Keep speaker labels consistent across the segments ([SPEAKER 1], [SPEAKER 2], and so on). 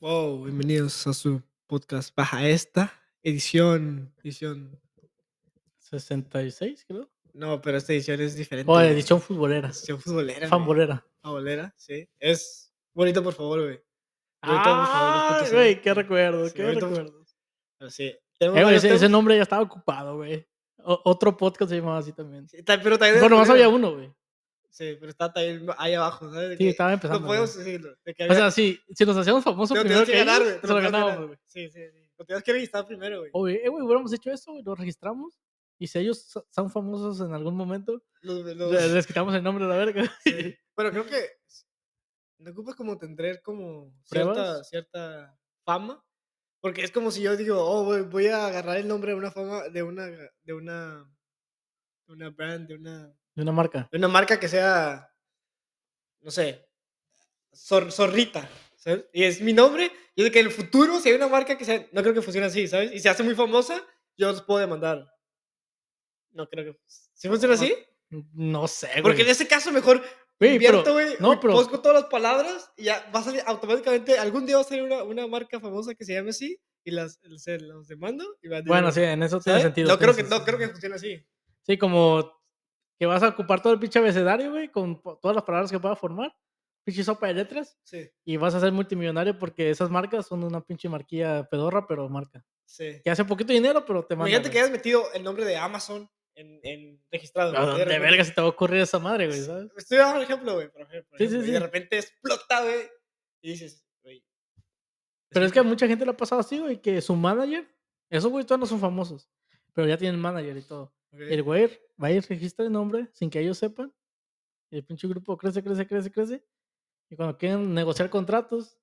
[SPEAKER 1] Wow, bienvenidos a su podcast baja esta edición, edición,
[SPEAKER 2] 66, creo.
[SPEAKER 1] no, pero esta edición es diferente.
[SPEAKER 2] O
[SPEAKER 1] güey.
[SPEAKER 2] Oh, edición futbolera.
[SPEAKER 1] Edición futbolera. güey.
[SPEAKER 2] Fambolera.
[SPEAKER 1] Fambolera, sí. Es bonito, por favor, güey. Bonito, por favor,
[SPEAKER 2] Ah,
[SPEAKER 1] los puntos
[SPEAKER 2] güey,
[SPEAKER 1] son-
[SPEAKER 2] qué recuerdo,
[SPEAKER 1] Sí,
[SPEAKER 2] qué
[SPEAKER 1] ahorita-
[SPEAKER 2] recuerdo.
[SPEAKER 1] Pero sí.
[SPEAKER 2] Eh,
[SPEAKER 1] Tenemos
[SPEAKER 2] güey,
[SPEAKER 1] varios
[SPEAKER 2] ese, ese
[SPEAKER 1] temas.
[SPEAKER 2] nombre ya estaba ocupado, güey. O- otro podcast se llamaba así también.
[SPEAKER 1] Sí, ta- pero también.
[SPEAKER 2] Bueno, más
[SPEAKER 1] descubrí-
[SPEAKER 2] había uno, güey.
[SPEAKER 1] Sí, pero está también ahí abajo, ¿sabes? De
[SPEAKER 2] Sí,
[SPEAKER 1] que
[SPEAKER 2] estaba empezando.
[SPEAKER 1] No
[SPEAKER 2] güey.
[SPEAKER 1] podemos decirlo. de que
[SPEAKER 2] O
[SPEAKER 1] había-
[SPEAKER 2] sea, sí, si nos hacíamos
[SPEAKER 1] te
[SPEAKER 2] famosos
[SPEAKER 1] lo
[SPEAKER 2] primero
[SPEAKER 1] tenías
[SPEAKER 2] que,
[SPEAKER 1] que ganar, güey.
[SPEAKER 2] ellos,
[SPEAKER 1] te
[SPEAKER 2] se lo
[SPEAKER 1] lo tenías que
[SPEAKER 2] ganábamos,
[SPEAKER 1] ganar.
[SPEAKER 2] güey.
[SPEAKER 1] Sí, sí, sí. Lo tenías que registrar primero, güey.
[SPEAKER 2] Oye, eh, güey, hubiéramos hecho eso, güey, lo registramos. Y si ellos so- son famosos en algún momento,
[SPEAKER 1] Los- los-
[SPEAKER 2] le- les quitamos el nombre a la verga.
[SPEAKER 1] Sí. Pero creo que no ocupa como tener como cierta,
[SPEAKER 2] ¿Pruebas?
[SPEAKER 1] cierta fama. Porque es como si yo digo, oh, voy, voy a agarrar el nombre de una fama, de una, de una, de una brand, de una,
[SPEAKER 2] De una marca.
[SPEAKER 1] de una marca que sea, no sé, Zor- Zorrita. ¿sabes? Y es mi nombre. Y de que en el futuro, si hay una marca que sea, no creo que funcione así, ¿sabes? Y se hace muy famosa, yo los puedo demandar. No creo que. ¿Sí funciona
[SPEAKER 2] No,
[SPEAKER 1] así?
[SPEAKER 2] No sé, güey.
[SPEAKER 1] Porque en ese caso, mejor
[SPEAKER 2] Güey,
[SPEAKER 1] invierto,
[SPEAKER 2] pero-
[SPEAKER 1] güey.
[SPEAKER 2] no,
[SPEAKER 1] No,
[SPEAKER 2] pero-
[SPEAKER 1] todas las palabras y ya va a salir automáticamente. Algún día va a salir una, una marca famosa que se llame así y las, se los demando y va a
[SPEAKER 2] Bueno, sí, en eso tiene
[SPEAKER 1] ¿sabes?
[SPEAKER 2] sentido.
[SPEAKER 1] No creo, que,
[SPEAKER 2] tiene
[SPEAKER 1] no creo que
[SPEAKER 2] sentido.
[SPEAKER 1] funcione así.
[SPEAKER 2] Sí, como que vas a ocupar todo el pinche abecedario, güey, con po- todas las palabras que puedas formar, pinche sopa de letras,
[SPEAKER 1] Sí,
[SPEAKER 2] y vas a ser multimillonario porque esas marcas son una pinche marquilla pedorra, pero marca.
[SPEAKER 1] sí.
[SPEAKER 2] Que hace poquito dinero, pero te manda.
[SPEAKER 1] Imagínate que
[SPEAKER 2] güey.
[SPEAKER 1] hayas metido el nombre de Amazon en, en registrado.
[SPEAKER 2] ¿A
[SPEAKER 1] güey, que
[SPEAKER 2] dónde
[SPEAKER 1] repente-
[SPEAKER 2] verga se te va a ocurrir esa madre, güey, ¿sabes?
[SPEAKER 1] Estoy dando un ejemplo, güey. por ejemplo, por
[SPEAKER 2] Sí, sí,
[SPEAKER 1] ejemplo, Y de
[SPEAKER 2] sí.
[SPEAKER 1] repente explota, güey. Y dices, güey.
[SPEAKER 2] Pero es que a mucha gente le ha pasado así, güey, que su manager, esos güey todavía no son famosos, pero ya tienen manager y todo.
[SPEAKER 1] Ok.
[SPEAKER 2] El güey va y registra el nombre sin que ellos sepan. y El pinche grupo crece, crece, crece, crece. Y cuando quieren negociar contratos,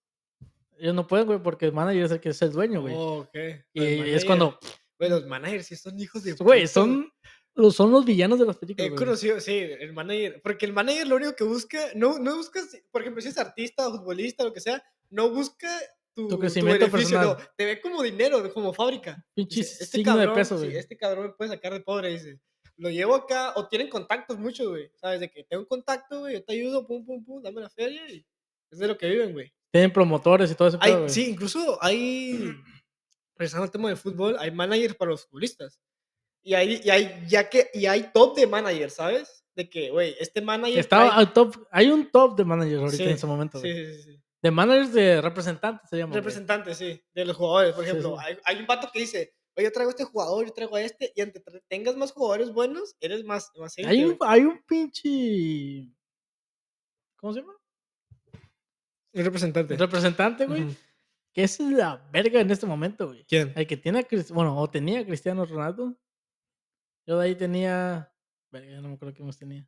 [SPEAKER 2] ellos no pueden, güey, porque el manager es el que es el dueño, güey.
[SPEAKER 1] Oh, ok.
[SPEAKER 2] y
[SPEAKER 1] Los
[SPEAKER 2] es
[SPEAKER 1] managers.
[SPEAKER 2] cuando,
[SPEAKER 1] Güey, los managers sí son hijos de.
[SPEAKER 2] güey,
[SPEAKER 1] puta,
[SPEAKER 2] son los, son los villanos de las películas.
[SPEAKER 1] He
[SPEAKER 2] güey.
[SPEAKER 1] Eh, conocido, sí, el manager. Porque el manager lo único que busca, no, no busca, si- por ejemplo, si es artista, futbolista, lo que sea, no busca tu,
[SPEAKER 2] crecimiento
[SPEAKER 1] beneficio, no,
[SPEAKER 2] personal.
[SPEAKER 1] te ve como dinero, como fábrica.
[SPEAKER 2] Pinche
[SPEAKER 1] Dice, este
[SPEAKER 2] signo
[SPEAKER 1] cabrón,
[SPEAKER 2] de peso,
[SPEAKER 1] sí,
[SPEAKER 2] güey.
[SPEAKER 1] este cabrón me puede sacar de pobre, dice. Lo llevo acá, o tienen contactos muchos, güey. Sabes, de que tengo un contacto, güey, yo te ayudo, pum, pum, pum, dame la feria y es de lo que viven, güey.
[SPEAKER 2] Tienen promotores y todo eso.
[SPEAKER 1] Hay- sí, incluso hay, regresando al tema del fútbol, hay managers para los futbolistas. Y hay, y hay, ya que, y hay top de managers, ¿sabes? De que, güey, este manager...
[SPEAKER 2] Estaba
[SPEAKER 1] trae-
[SPEAKER 2] al top, hay un top de managers ahorita
[SPEAKER 1] Sí,
[SPEAKER 2] en ese momento.
[SPEAKER 1] Sí,
[SPEAKER 2] güey.
[SPEAKER 1] sí, sí, sí.
[SPEAKER 2] De managers de representantes se llama. güey.
[SPEAKER 1] Representantes, sí, de los jugadores, por
[SPEAKER 2] Sí,
[SPEAKER 1] ejemplo.
[SPEAKER 2] sí.
[SPEAKER 1] Hay, hay un vato que dice, oye, yo traigo a este jugador, yo traigo a este, y entre tra- tengas más jugadores buenos, eres más... más élite,
[SPEAKER 2] Hay un,
[SPEAKER 1] güey.
[SPEAKER 2] hay un pinche. ¿Cómo se llama?
[SPEAKER 1] Un representante.
[SPEAKER 2] Representante, güey.
[SPEAKER 1] Ujú.
[SPEAKER 2] que es la verga en este momento, güey.
[SPEAKER 1] ¿Quién?
[SPEAKER 2] El que tiene a Cristiano, bueno, o tenía a Cristiano Ronaldo. Yo de ahí tenía. Verga, ya no me acuerdo qué más tenía.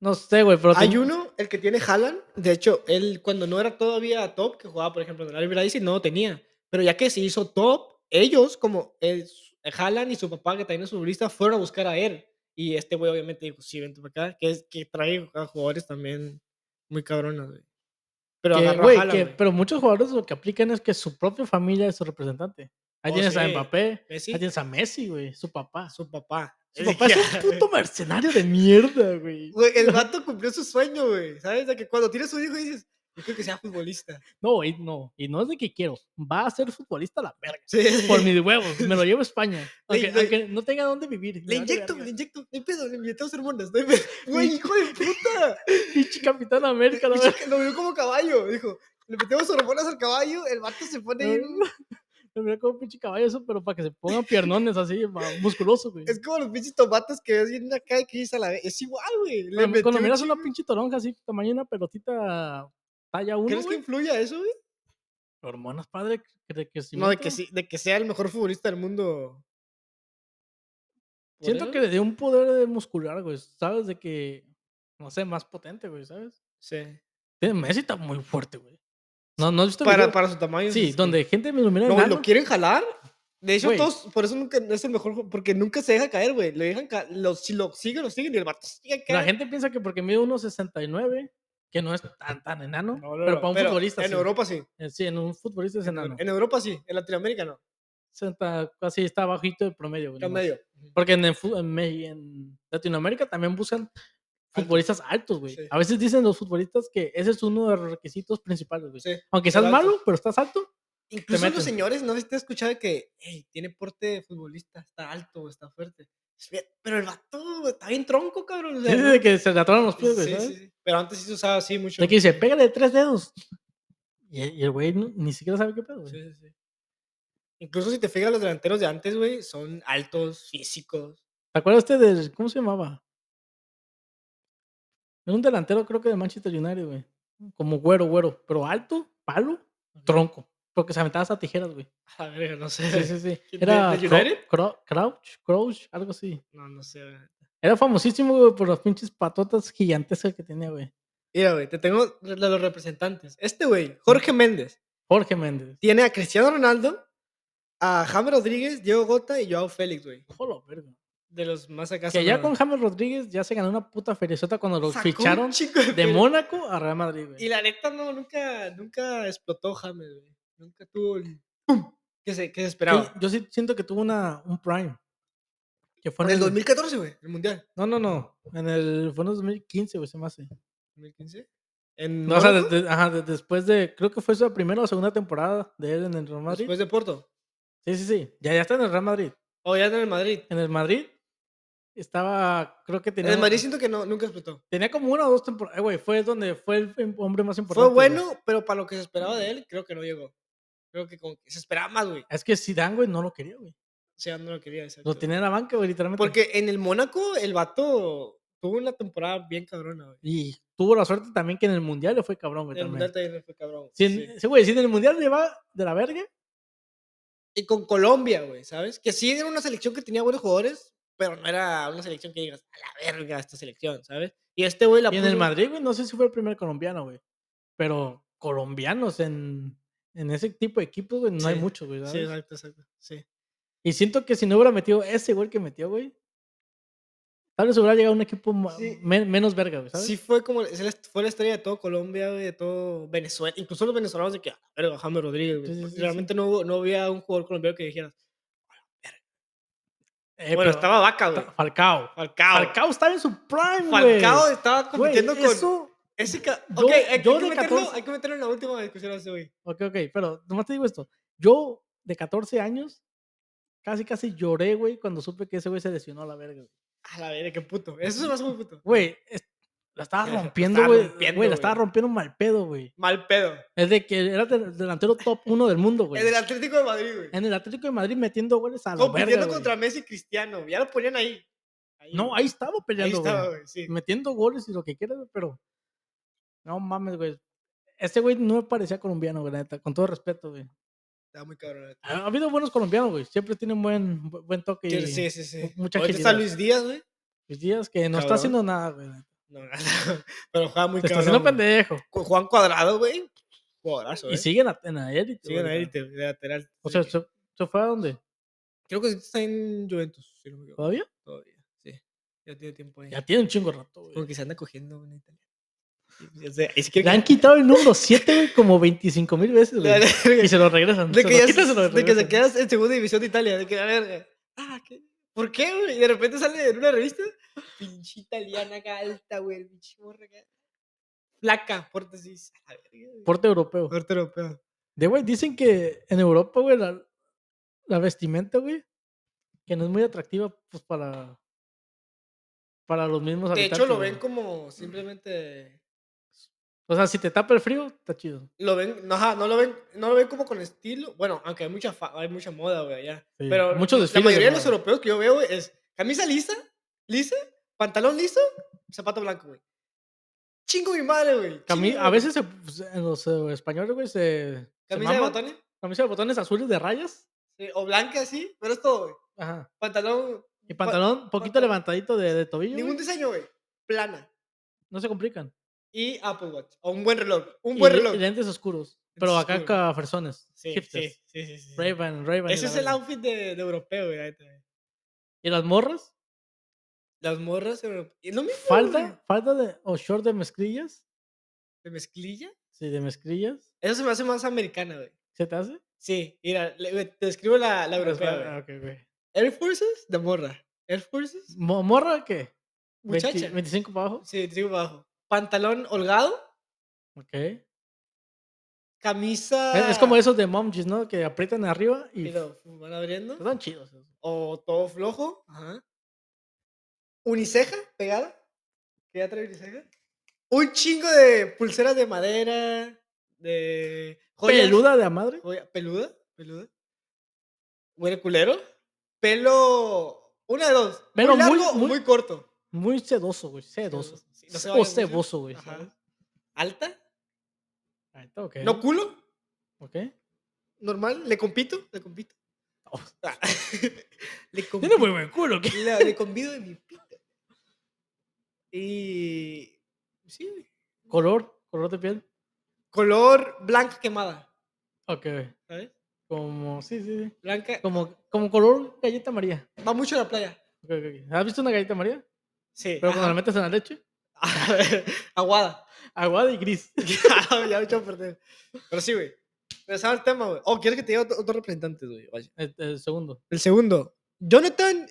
[SPEAKER 2] No sé, güey, pero.
[SPEAKER 1] Hay
[SPEAKER 2] ten-
[SPEAKER 1] uno, el que tiene Haaland. De hecho, él cuando no era todavía top, que jugaba, por ejemplo, en el Albion Leipzig, no lo tenía. Pero ya que se hizo top, ellos, como el, Haaland y su papá, que también es futbolista, fueron a buscar a él. Y este güey obviamente dijo, sí, vente para acá. Que, es, que trae a jugadores también muy cabrones, güey. Pero
[SPEAKER 2] que,
[SPEAKER 1] agarró a
[SPEAKER 2] güey,
[SPEAKER 1] Haaland,
[SPEAKER 2] que-
[SPEAKER 1] güey.
[SPEAKER 2] pero muchos jugadores lo que aplican es que su propia familia es su representante. Ahí
[SPEAKER 1] Oh,
[SPEAKER 2] tienes a
[SPEAKER 1] sí.
[SPEAKER 2] Mbappé,
[SPEAKER 1] Messi,
[SPEAKER 2] ahí tienes a Messi, güey, su papá. Su,
[SPEAKER 1] su papá.
[SPEAKER 2] papá es un puto mercenario de mierda, güey.
[SPEAKER 1] Güey, el vato cumplió su sueño, güey. ¿Sabes? De que cuando tienes su hijo dices, yo creo que sea futbolista.
[SPEAKER 2] No, y no, y no es de que quiero. Va a ser futbolista a la verga.
[SPEAKER 1] Sí.
[SPEAKER 2] Por mis huevos, me lo llevo a España. Aunque,
[SPEAKER 1] le-
[SPEAKER 2] aunque no tenga dónde vivir. me
[SPEAKER 1] Le
[SPEAKER 2] vale
[SPEAKER 1] inyecto,
[SPEAKER 2] verga.
[SPEAKER 1] le inyecto, no hay pedo, le inyectamos hormonas, no hay pedo. Güey, hijo de puta.
[SPEAKER 2] Pinche Capitán América, la
[SPEAKER 1] Pinche
[SPEAKER 2] verdad.
[SPEAKER 1] que Lo vio como caballo, dijo. Le metemos hormonas al caballo, el vato se pone bien-
[SPEAKER 2] Me mira como pinche caballo eso, pero para que se pongan piernones así, ma- musculoso, güey.
[SPEAKER 1] Es como los pinches tomates que ves bien acá y que dices a la vez. Es igual, güey. Le
[SPEAKER 2] Cuando, cuando
[SPEAKER 1] metió un
[SPEAKER 2] miras una
[SPEAKER 1] chingo.
[SPEAKER 2] pinche toronja así, tamaño de una pelotita talla 1,
[SPEAKER 1] ¿Crees que influya eso, güey?
[SPEAKER 2] Hormonas, padre, que de
[SPEAKER 1] No, de que,
[SPEAKER 2] crecimiento.
[SPEAKER 1] sí, de que sea el mejor futbolista del mundo. ¿Por
[SPEAKER 2] Siento
[SPEAKER 1] él?
[SPEAKER 2] que le dio un poder de muscular, güey. Sabes de que, no sé, más potente, güey, ¿sabes?
[SPEAKER 1] Sí.
[SPEAKER 2] Tiene- Messi está muy fuerte, güey. No, no has visto
[SPEAKER 1] Para,
[SPEAKER 2] videos?
[SPEAKER 1] para su tamaño.
[SPEAKER 2] Sí,
[SPEAKER 1] es- este
[SPEAKER 2] donde gente me ilumina
[SPEAKER 1] No,
[SPEAKER 2] enano.
[SPEAKER 1] lo quieren jalar. De hecho,
[SPEAKER 2] Güey.
[SPEAKER 1] todos, por eso nunca es el mejor, ju- porque nunca se deja caer, güey. Le dejan ca- los, si lo siguen, lo siguen y el vato sigue
[SPEAKER 2] La
[SPEAKER 1] cayendo.
[SPEAKER 2] gente piensa que porque mide 1.69, que no es tan, tan enano,
[SPEAKER 1] No, no,
[SPEAKER 2] pero
[SPEAKER 1] no,
[SPEAKER 2] para un futbolista
[SPEAKER 1] En
[SPEAKER 2] sí.
[SPEAKER 1] Europa sí.
[SPEAKER 2] Eh, Sí, en un futbolista es
[SPEAKER 1] En,
[SPEAKER 2] enano.
[SPEAKER 1] en Europa sí. En Latinoamérica no.
[SPEAKER 2] Senta- casi está bajito el promedio. güey,
[SPEAKER 1] Está en
[SPEAKER 2] nomás.
[SPEAKER 1] medio.
[SPEAKER 2] Porque en, el fu- en Me- en Latinoamérica también buscan futbolistas altos, güey.
[SPEAKER 1] Sí.
[SPEAKER 2] A veces dicen los futbolistas que ese es uno de los requisitos principales,
[SPEAKER 1] Pues
[SPEAKER 2] güey.
[SPEAKER 1] Sí.
[SPEAKER 2] Aunque
[SPEAKER 1] Ser
[SPEAKER 2] seas
[SPEAKER 1] alto.
[SPEAKER 2] malo, pero estás alto.
[SPEAKER 1] Incluso
[SPEAKER 2] meten.
[SPEAKER 1] los señores, no sé si te has escuchado de que, hey, tiene porte de futbolista, está alto, está fuerte. Es bien- Pero el vato está bien tronco, cabrón. o sea,
[SPEAKER 2] Sí, sí,
[SPEAKER 1] ¿no?
[SPEAKER 2] de que se le atoran los
[SPEAKER 1] Sí,
[SPEAKER 2] pies, güey.
[SPEAKER 1] sí,
[SPEAKER 2] ¿sabes?
[SPEAKER 1] sí, sí. Pero antes sí se usaba así mucho.
[SPEAKER 2] De que dice, pégale de tres dedos. Y, el- y el güey no- ni siquiera sabe qué pedo, güey.
[SPEAKER 1] Sí, sí, sí. Incluso si te fijas, los delanteros de antes, güey, son altos, físicos.
[SPEAKER 2] ¿Te acuerdas usted del. ¿Cómo se llamaba? Era un delantero, creo que de Manchester United, güey. Como güero, güero. Pero alto, palo, tronco. Porque se aventaba a tijeras, güey.
[SPEAKER 1] A ver, no sé.
[SPEAKER 2] Sí, sí, sí.
[SPEAKER 1] ¿De-
[SPEAKER 2] Era.
[SPEAKER 1] de
[SPEAKER 2] Cro-
[SPEAKER 1] United?
[SPEAKER 2] Cro- crouch, Crouch, algo así.
[SPEAKER 1] No, no sé. güey.
[SPEAKER 2] Era famosísimo, güey, por las pinches patotas gigantescas que tenía, güey.
[SPEAKER 1] Mira, güey, te tengo re- de los representantes. Este, güey, Jorge Méndez,
[SPEAKER 2] Jorge Méndez.
[SPEAKER 1] tiene a Cristiano Ronaldo, a James Rodríguez, Diego Gota y Joao Félix, güey.
[SPEAKER 2] Jolo, verga.
[SPEAKER 1] De los más acá.
[SPEAKER 2] Que ya
[SPEAKER 1] sonados.
[SPEAKER 2] con James Rodríguez ya se ganó una puta feriezota cuando lo
[SPEAKER 1] Sacó un
[SPEAKER 2] ficharon
[SPEAKER 1] chingo de
[SPEAKER 2] de
[SPEAKER 1] feria.
[SPEAKER 2] Mónaco a Real Madrid, güey.
[SPEAKER 1] Y la neta, no, nunca, nunca explotó James, güey. Nunca tuvo el pum que se, que se
[SPEAKER 2] Que
[SPEAKER 1] esperaba.
[SPEAKER 2] Yo sí siento que tuvo una, un prime. Que fue
[SPEAKER 1] En
[SPEAKER 2] en
[SPEAKER 1] el 2014, güey, el mundial.
[SPEAKER 2] No, no, no. En el, fue en el 2015, güey, se me hace.
[SPEAKER 1] 2015. En
[SPEAKER 2] No, o sea,
[SPEAKER 1] Mónaco,
[SPEAKER 2] de- de- ajá, de- después de. Creo que fue su primera o segunda temporada de él en el Real Madrid.
[SPEAKER 1] después de Porto.
[SPEAKER 2] Sí, sí, sí. Ya, ya está en el Real Madrid.
[SPEAKER 1] O ya en el Madrid.
[SPEAKER 2] En el Madrid estaba. Creo que
[SPEAKER 1] En
[SPEAKER 2] tenía.
[SPEAKER 1] el Madrid siento que no, nunca explotó.
[SPEAKER 2] Tenía como una o dos temporadas. eh, Güey, fue donde fue el em- hombre más importante.
[SPEAKER 1] Fue
[SPEAKER 2] güey.
[SPEAKER 1] bueno, pero para lo que se esperaba de él, creo que no llegó. Creo que como que se esperaba más, güey.
[SPEAKER 2] Es que Zidane, güey, no lo quería, güey.
[SPEAKER 1] O sea, no lo quería.
[SPEAKER 2] Lo
[SPEAKER 1] exacto.
[SPEAKER 2] tenía en la banca, güey, literalmente.
[SPEAKER 1] Porque en el Mónaco, el vato tuvo una temporada bien cabrona, güey.
[SPEAKER 2] Y tuvo la suerte también que en el Mundial le fue cabrón, güey,
[SPEAKER 1] El
[SPEAKER 2] también.
[SPEAKER 1] mundial también le fue cabrón.
[SPEAKER 2] Si en-
[SPEAKER 1] sí.
[SPEAKER 2] sí, güey, si en el Mundial le va de la verga,
[SPEAKER 1] Y con Colombia, güey, ¿sabes? Que sí era una selección que tenía buenos jugadores, pero no era una selección que digas, a la verga esta selección, ¿sabes? Y este güey la
[SPEAKER 2] Y en el
[SPEAKER 1] puso-
[SPEAKER 2] Madrid, güey, no sé si fue el primer colombiano, güey. Pero colombianos en, en ese tipo de equipos, güey, no hay
[SPEAKER 1] Sí,
[SPEAKER 2] muchos, güey.
[SPEAKER 1] Sí,
[SPEAKER 2] ¿sabes?
[SPEAKER 1] exacto, exacto. Sí.
[SPEAKER 2] y siento que si no hubiera metido ese gol que metió, güey, tal vez hubiera llegado a un equipo ma-
[SPEAKER 1] Sí.
[SPEAKER 2] men- menos verga, güey, ¿sabes?
[SPEAKER 1] Sí fue como, es la- fue la historia de todo Colombia, güey, de todo Venezuela, incluso los venezolanos de que, a la verga, James Rodríguez, güey.
[SPEAKER 2] Sí, sí,
[SPEAKER 1] porque
[SPEAKER 2] sí, sí.
[SPEAKER 1] realmente No, hubo- no había un jugador colombiano que dijera,
[SPEAKER 2] Eh,
[SPEAKER 1] bueno,
[SPEAKER 2] pero
[SPEAKER 1] estaba vaca, güey.
[SPEAKER 2] ta- Falcao.
[SPEAKER 1] Falcao. Falcao,
[SPEAKER 2] Falcao estaba en su prime, güey.
[SPEAKER 1] Falcao estaba
[SPEAKER 2] Güey,
[SPEAKER 1] compitiendo con...
[SPEAKER 2] eso-
[SPEAKER 1] Ese ca-
[SPEAKER 2] Yo-
[SPEAKER 1] ok, hay,
[SPEAKER 2] yo
[SPEAKER 1] hay que
[SPEAKER 2] de
[SPEAKER 1] meterlo,
[SPEAKER 2] 14
[SPEAKER 1] hay que meterlo en la última discusión a ese güey.
[SPEAKER 2] Ok, ok, pero nomás te digo esto. Yo, de 14 años, casi casi lloré, güey, cuando supe que ese güey se lesionó a la verga, güey.
[SPEAKER 1] A la verga, qué puto. Eso se me hace muy puto.
[SPEAKER 2] Güey, es- la estaba
[SPEAKER 1] Sí, la
[SPEAKER 2] rompiendo,
[SPEAKER 1] estaba
[SPEAKER 2] güey.
[SPEAKER 1] rompiendo,
[SPEAKER 2] Güey, la estaba
[SPEAKER 1] güey.
[SPEAKER 2] rompiendo mal pedo, güey.
[SPEAKER 1] Mal pedo.
[SPEAKER 2] Es de que era del- delantero top uno del mundo, güey.
[SPEAKER 1] El del Atlético de Madrid, güey.
[SPEAKER 2] En el Atlético de Madrid metiendo goles a la verga,
[SPEAKER 1] Compitiendo
[SPEAKER 2] güey.
[SPEAKER 1] contra Messi y Cristiano. Ya lo ponían ahí.
[SPEAKER 2] No,
[SPEAKER 1] güey.
[SPEAKER 2] ahí estaba
[SPEAKER 1] Ahí
[SPEAKER 2] peleando,
[SPEAKER 1] estaba,
[SPEAKER 2] güey. Mm.
[SPEAKER 1] güey, sí.
[SPEAKER 2] Metiendo goles y lo que quieras, güey, pero... No mames, güey. Este güey no me parecía colombiano, güey, la neta, con todo respeto, güey.
[SPEAKER 1] Estaba muy cabrón. la neta.
[SPEAKER 2] Ha ha habido buenos colombianos, güey. Siempre tienen buen, bu- buen toque.
[SPEAKER 1] Sí,
[SPEAKER 2] y
[SPEAKER 1] sí, sí. sí.
[SPEAKER 2] mucha
[SPEAKER 1] Ahorita está
[SPEAKER 2] agilidad.
[SPEAKER 1] Luis Díaz, güey.
[SPEAKER 2] Luis Díaz, que no está
[SPEAKER 1] Cabrón.
[SPEAKER 2] haciendo nada, güey.
[SPEAKER 1] No, no, no, Pero juega muy
[SPEAKER 2] Se está
[SPEAKER 1] cabrón.
[SPEAKER 2] haciendo
[SPEAKER 1] güey.
[SPEAKER 2] pendejo.
[SPEAKER 1] Cu- Juan Cuadrado, güey. Jugadorazo,
[SPEAKER 2] Y
[SPEAKER 1] güey.
[SPEAKER 2] siguen en la élite.
[SPEAKER 1] Sigue en la
[SPEAKER 2] güey.
[SPEAKER 1] élite, güey, de lateral.
[SPEAKER 2] O
[SPEAKER 1] Sí,
[SPEAKER 2] sea,
[SPEAKER 1] que-
[SPEAKER 2] ¿se, se fue a dónde?
[SPEAKER 1] creo que está en Juventus. Si no me equivoco.
[SPEAKER 2] ¿Todavía?
[SPEAKER 1] Todavía. Sí. Ya tiene tiempo ahí.
[SPEAKER 2] Ah. Ya tiene un chingo de rato,
[SPEAKER 1] Como
[SPEAKER 2] güey.
[SPEAKER 1] que se anda cogiendo un italiano. Y- y- o sea, y si quiere
[SPEAKER 2] Le han
[SPEAKER 1] que-
[SPEAKER 2] quitado el número 7, güey, como 25 mil veces,
[SPEAKER 1] La
[SPEAKER 2] güey.
[SPEAKER 1] verga.
[SPEAKER 2] Y se lo regresan.
[SPEAKER 1] De
[SPEAKER 2] se
[SPEAKER 1] que,
[SPEAKER 2] lo
[SPEAKER 1] ya
[SPEAKER 2] quitan,
[SPEAKER 1] se,
[SPEAKER 2] lo
[SPEAKER 1] de que se
[SPEAKER 2] regresan.
[SPEAKER 1] quedas en segunda división de Italia. De que, a ver, ah, ¿qué? ¿por qué, güey? Y de repente sale en una revista. Pinche italiana acá alta, güey. el Pinche morra acá. Flaca, porte sí. a la verga, güey.
[SPEAKER 2] Porte europeo.
[SPEAKER 1] Porte europeo.
[SPEAKER 2] De, güey, dicen que en Europa, güey, la, la vestimenta, güey, que no es muy atractiva, pues, para... Para los mismos
[SPEAKER 1] De hecho, lo
[SPEAKER 2] güey.
[SPEAKER 1] ven como simplemente.
[SPEAKER 2] O sea, si te tapa el frío, está chido.
[SPEAKER 1] Lo ven, no, ajá, no lo ven, no lo ven como con estilo. Bueno, aunque hay mucha, fa- hay mucha moda, güey, allá.
[SPEAKER 2] Sí,
[SPEAKER 1] Pero
[SPEAKER 2] muchos
[SPEAKER 1] la
[SPEAKER 2] desfiles de
[SPEAKER 1] mayoría de los
[SPEAKER 2] moda.
[SPEAKER 1] europeos que yo veo, güey, es camisa lisa, lisa, pantalón liso, zapato blanco, güey. Chingo mi madre, güey.
[SPEAKER 2] Cami-
[SPEAKER 1] chingo
[SPEAKER 2] a
[SPEAKER 1] mi-
[SPEAKER 2] veces se- pues, en los eh, españoles, güey, se. se
[SPEAKER 1] Camisa de
[SPEAKER 2] maman.
[SPEAKER 1] botones.
[SPEAKER 2] Camisa de botones azules de rayas.
[SPEAKER 1] sí, o blanca así, pero es todo, güey.
[SPEAKER 2] Ajá.
[SPEAKER 1] Pantalón,
[SPEAKER 2] Y
[SPEAKER 1] Pa-
[SPEAKER 2] pantalón, poquito
[SPEAKER 1] pantalón.
[SPEAKER 2] levantadito de, de tobillo.
[SPEAKER 1] ningún
[SPEAKER 2] güey,
[SPEAKER 1] diseño, güey. Plana.
[SPEAKER 2] No se complican.
[SPEAKER 1] Y Apple Watch. O un buen reloj. Un
[SPEAKER 2] Y
[SPEAKER 1] buen
[SPEAKER 2] le-
[SPEAKER 1] reloj.
[SPEAKER 2] Y lentes oscuros. Pero acá
[SPEAKER 1] oscuros.
[SPEAKER 2] cafresones.
[SPEAKER 1] Sí, sí,
[SPEAKER 2] hipsters.
[SPEAKER 1] sí, sí, sí.
[SPEAKER 2] Ray-Ban, Ray-Ban. y
[SPEAKER 1] Ese
[SPEAKER 2] la
[SPEAKER 1] es el
[SPEAKER 2] verga.
[SPEAKER 1] outfit de, de europeo, güey. la neta, güey.
[SPEAKER 2] Y las morras,
[SPEAKER 1] Las morras europeas. Es lo mismo. güey,
[SPEAKER 2] falda, falda de, o short de mezclillas.
[SPEAKER 1] De mezclilla.
[SPEAKER 2] Sí, de mezclillas.
[SPEAKER 1] Eso se me hace más americana, güey.
[SPEAKER 2] ¿Se te hace?
[SPEAKER 1] Sí, mira, le- güey, te describo la, la
[SPEAKER 2] Ah,
[SPEAKER 1] europea,
[SPEAKER 2] ah,
[SPEAKER 1] güey.
[SPEAKER 2] ok, güey.
[SPEAKER 1] Air Forces de morra. Air Forces.
[SPEAKER 2] Mo- ¿Morra qué?
[SPEAKER 1] Muchacha.
[SPEAKER 2] 25 para abajo.
[SPEAKER 1] Sí, trigo para abajo. Pantalón holgado,
[SPEAKER 2] Ok. Es-
[SPEAKER 1] camisa.
[SPEAKER 2] Es como esos de momjis, ¿no? Que aprietan arriba y
[SPEAKER 1] y lo van abriendo.
[SPEAKER 2] están chidos. esos.
[SPEAKER 1] O todo flojo. Ajá. Uniceja pegada. ¿Qué ya trae uniceja? Un chingo de pulseras de madera. De. joyas.
[SPEAKER 2] Peluda de la madre.
[SPEAKER 1] Joya- peluda, peluda. Huele culero. Pelo. Una de dos.
[SPEAKER 2] Pero
[SPEAKER 1] muy
[SPEAKER 2] muy-
[SPEAKER 1] largo o
[SPEAKER 2] muy-
[SPEAKER 1] muy corto.
[SPEAKER 2] Muy sedoso, güey. Sedoso.
[SPEAKER 1] Sí, no se
[SPEAKER 2] o
[SPEAKER 1] baña mucho.
[SPEAKER 2] ceboso, güey.
[SPEAKER 1] Ajá.
[SPEAKER 2] ¿sabes? Eh.
[SPEAKER 1] Alta.
[SPEAKER 2] Ahí está, ok.
[SPEAKER 1] No culo.
[SPEAKER 2] Ok.
[SPEAKER 1] Normal. Le compito. Le compito.
[SPEAKER 2] Oh.
[SPEAKER 1] Ah, le
[SPEAKER 2] Tiene
[SPEAKER 1] compito.
[SPEAKER 2] muy buen culo. ¿qué?
[SPEAKER 1] La- le convido de mi pito. Y. Sí, güey.
[SPEAKER 2] Color, color de piel.
[SPEAKER 1] Color blanca quemada.
[SPEAKER 2] Ok.
[SPEAKER 1] ¿Sabes?
[SPEAKER 2] Como, sí, sí, sí.
[SPEAKER 1] Blanca.
[SPEAKER 2] Como, como color galleta María.
[SPEAKER 1] Va mucho a la playa.
[SPEAKER 2] Ok, ok, ok. ¿Has visto una galleta María?
[SPEAKER 1] Sí.
[SPEAKER 2] Pero cuando la
[SPEAKER 1] ajá.
[SPEAKER 2] metes en la leche,
[SPEAKER 1] Aguada.
[SPEAKER 2] aguada y gris.
[SPEAKER 1] ya me echó a perder. Pero sí, güey. Regresando al tema, güey. Oh, ¿quieres que te diga otro, otro representante, güey? Vaya.
[SPEAKER 2] El, el segundo.
[SPEAKER 1] El segundo. Jonathan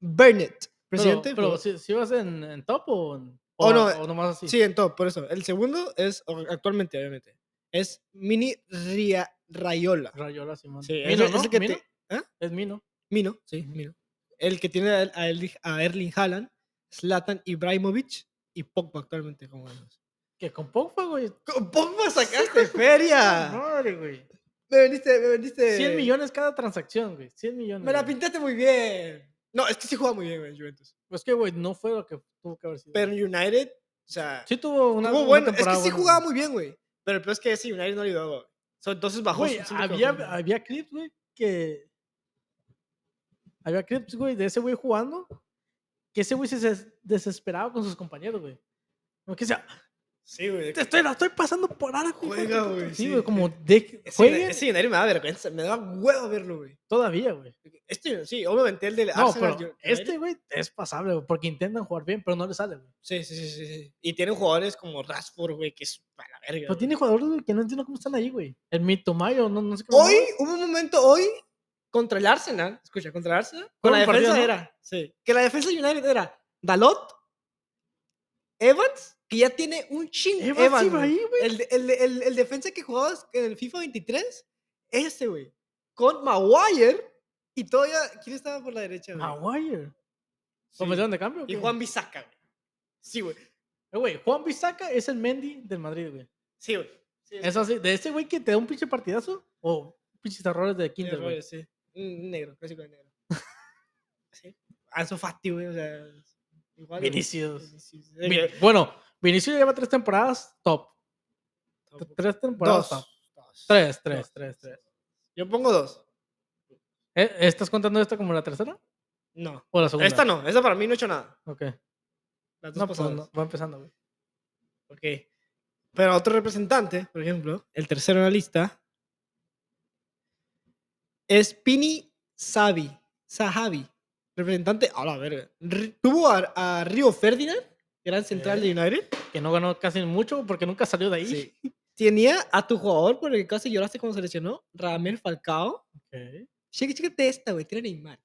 [SPEAKER 1] Burnett.
[SPEAKER 2] Pero-
[SPEAKER 1] Presidente.
[SPEAKER 2] Pero,
[SPEAKER 1] güey.
[SPEAKER 2] si, si vas en, en top o, en-
[SPEAKER 1] Oh,
[SPEAKER 2] o-
[SPEAKER 1] no,
[SPEAKER 2] o nomás así.
[SPEAKER 1] sí, en top, por eso. El segundo es, o- actualmente, obviamente, es Mini Ria, Rayola.
[SPEAKER 2] Rayola, Simón.
[SPEAKER 1] Sí, es,
[SPEAKER 2] Mino,
[SPEAKER 1] el- es
[SPEAKER 2] ¿no?
[SPEAKER 1] el que
[SPEAKER 2] Mino.
[SPEAKER 1] te- ¿Ah?
[SPEAKER 2] Es Mino.
[SPEAKER 1] Mino, sí, Mino. El que tiene a, a Erling, a Erling Haaland, Zlatan Ibrahimovic y Pogba actualmente como ganas.
[SPEAKER 2] Que con Pogba, güey.
[SPEAKER 1] ¡Pogba sacaste feria!
[SPEAKER 2] Madre, güey.
[SPEAKER 1] Me vendiste, me vendiste.
[SPEAKER 2] 100 millones cada transacción, güey. 100 millones.
[SPEAKER 1] Eh. Me la
[SPEAKER 2] güey.
[SPEAKER 1] pintaste muy bien. No, es que sí juega muy bien, güey, Juventus.
[SPEAKER 2] Pues que, güey, no fue lo que tuvo que haber sido.
[SPEAKER 1] Pero United, o sea,
[SPEAKER 2] sí tuvo una,
[SPEAKER 1] jugó
[SPEAKER 2] una
[SPEAKER 1] bueno. Es que
[SPEAKER 2] temporada
[SPEAKER 1] sí
[SPEAKER 2] buena,
[SPEAKER 1] jugaba
[SPEAKER 2] güey.
[SPEAKER 1] muy bien, güey. Pero el peor es que ese United no le ayudaba, güey. So, entonces bajó.
[SPEAKER 2] Güey,
[SPEAKER 1] su- su
[SPEAKER 2] había,
[SPEAKER 1] micrófono.
[SPEAKER 2] había clips, güey, que. Había clips, güey, de ese güey jugando. Que ese güey se des- desesperaba con sus compañeros, güey. Como que decía,
[SPEAKER 1] Sí, güey.
[SPEAKER 2] te estoy, la estoy pasando por algo.
[SPEAKER 1] Juega, güey,
[SPEAKER 2] Sí,
[SPEAKER 1] sí.
[SPEAKER 2] güey, como de.
[SPEAKER 1] Ese United,
[SPEAKER 2] Jueguen
[SPEAKER 1] ese United me da vergüenza. Me da huevo verlo, güey.
[SPEAKER 2] todavía, güey.
[SPEAKER 1] Este, sí, obviamente el del
[SPEAKER 2] No,
[SPEAKER 1] Arsenal.
[SPEAKER 2] pero
[SPEAKER 1] United-
[SPEAKER 2] este, güey, es pasable, güey, porque intentan jugar bien, pero no le sale, güey.
[SPEAKER 1] Sí, sí, sí, sí, sí. Y tienen jugadores como Rashford, güey, que es para la verga.
[SPEAKER 2] Pero
[SPEAKER 1] güey.
[SPEAKER 2] tiene jugadores, güey, que no entiendo cómo están ahí, güey. El Mito Mayo, no, no sé qué.
[SPEAKER 1] Hoy, hubo un momento hoy contra el Arsenal, escucha, contra el Arsenal, con la
[SPEAKER 2] Fueron
[SPEAKER 1] defensa
[SPEAKER 2] partidos, ¿no?
[SPEAKER 1] era, sí, que la defensa de United era Dalot, Evans, que ya tiene un chingo
[SPEAKER 2] Evans
[SPEAKER 1] Evans,
[SPEAKER 2] iba
[SPEAKER 1] güey.
[SPEAKER 2] ahí, güey.
[SPEAKER 1] el, de- el, de- el- el defensa que jugabas en el FIFA 23, ese, güey, con Maguire y todavía, ¿quién estaba por la derecha, güey?
[SPEAKER 2] Maguire.
[SPEAKER 1] Sí.
[SPEAKER 2] ¿Lo metieron de cambio? o
[SPEAKER 1] Y
[SPEAKER 2] qué?
[SPEAKER 1] Juan Bisaca, güey. Sí, güey,
[SPEAKER 2] Eh, Güey, Juan Bisaca es el Mendy del Madrid, güey.
[SPEAKER 1] sí, güey. Sí,
[SPEAKER 2] Es así, de ese güey que te da un pinche partidazo o pinches errores de
[SPEAKER 1] sí,
[SPEAKER 2] Kinder, güey.
[SPEAKER 1] errores, sí. Un negro, clásico de negro. sí. Ansu Fati, güey, o sea, igual. güey.
[SPEAKER 2] Vinicius.
[SPEAKER 1] Vinicius.
[SPEAKER 2] Vin- Bueno, Vinicius lleva tres temporadas top. T- Tres temporadas
[SPEAKER 1] Dos.
[SPEAKER 2] top. Tres, tres,
[SPEAKER 1] Dos.
[SPEAKER 2] tres, tres.
[SPEAKER 1] Yo pongo dos.
[SPEAKER 2] ¿Eh, ¿Estás contando esta como la tercera
[SPEAKER 1] No.
[SPEAKER 2] o la segunda?
[SPEAKER 1] Esta no, esta para mí no he hecho nada.
[SPEAKER 2] Ok.
[SPEAKER 1] Las dos
[SPEAKER 2] No, pues
[SPEAKER 1] pasadas.
[SPEAKER 2] no, va empezando, güey.
[SPEAKER 1] Ok. Pero otro representante, por ejemplo, el tercero en la lista, es Pini Sabi. Sahabi. Representante, a la verga. Ri- Tuvo a, a Río Ferdinand, gran central de
[SPEAKER 2] Eh.
[SPEAKER 1] United.
[SPEAKER 2] Que no ganó casi mucho porque nunca salió de ahí.
[SPEAKER 1] Tenía a tu jugador por el que casi lloraste cuando se lesionó, Ramel Falcao.
[SPEAKER 2] Ok.
[SPEAKER 1] Cheque, chécate esta, güey. Tiene Neymar.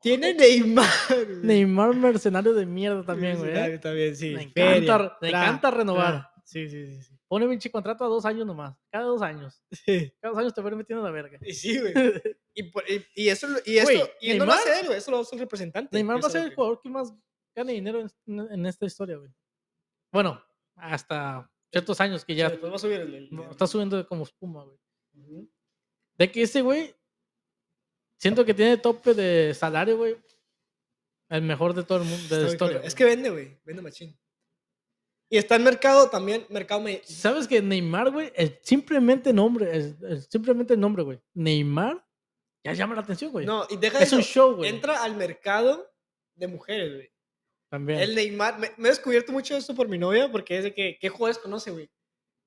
[SPEAKER 1] Tiene Neymar. güey.
[SPEAKER 2] Neymar mercenario de mierda también,
[SPEAKER 1] Sí,
[SPEAKER 2] güey.
[SPEAKER 1] claro,
[SPEAKER 2] ¿eh?
[SPEAKER 1] También, sí.
[SPEAKER 2] Me
[SPEAKER 1] Feria,
[SPEAKER 2] encanta, me
[SPEAKER 1] tra,
[SPEAKER 2] encanta renovar.
[SPEAKER 1] tra. Sí, sí, sí, sí.
[SPEAKER 2] Pone pinche contrato a dos años nomás. Cada dos años.
[SPEAKER 1] sí.
[SPEAKER 2] Cada dos años te voy metiendo la verga.
[SPEAKER 1] Y sí, güey. Y, por- y- y eso, lo- y eso,
[SPEAKER 2] Güey,
[SPEAKER 1] y no lo
[SPEAKER 2] Neymar-
[SPEAKER 1] hace él, güey. Eso lo hace el representante.
[SPEAKER 2] Neymar va
[SPEAKER 1] eso
[SPEAKER 2] a ser
[SPEAKER 1] es
[SPEAKER 2] el
[SPEAKER 1] lo
[SPEAKER 2] jugador que más gane dinero en, en- en esta historia, güey. Bueno, hasta ciertos años que
[SPEAKER 1] que- o sea,
[SPEAKER 2] ya
[SPEAKER 1] después va a subir el- el-
[SPEAKER 2] no-
[SPEAKER 1] el-
[SPEAKER 2] está subiendo como espuma, güey. De que ese güey, siento que tiene tope de salario, güey. El mejor de todo el mundo, de
[SPEAKER 1] Está
[SPEAKER 2] la
[SPEAKER 1] muy
[SPEAKER 2] historia.
[SPEAKER 1] cabrón. Es que
[SPEAKER 2] güey.
[SPEAKER 1] vende, güey. Vende machín. Y está en mercado también, mercado me-
[SPEAKER 2] ¿Sabes que Neymar, güey? El simplemente nombre, el, el simplemente nombre, güey. Neymar ya llama la atención, güey.
[SPEAKER 1] No, y deja
[SPEAKER 2] es
[SPEAKER 1] eso.
[SPEAKER 2] un show, güey.
[SPEAKER 1] Entra al mercado de mujeres, güey.
[SPEAKER 2] También.
[SPEAKER 1] El Neymar, me, me he descubierto mucho esto por mi novia porque es de que, ¿qué jugadores conoce, güey?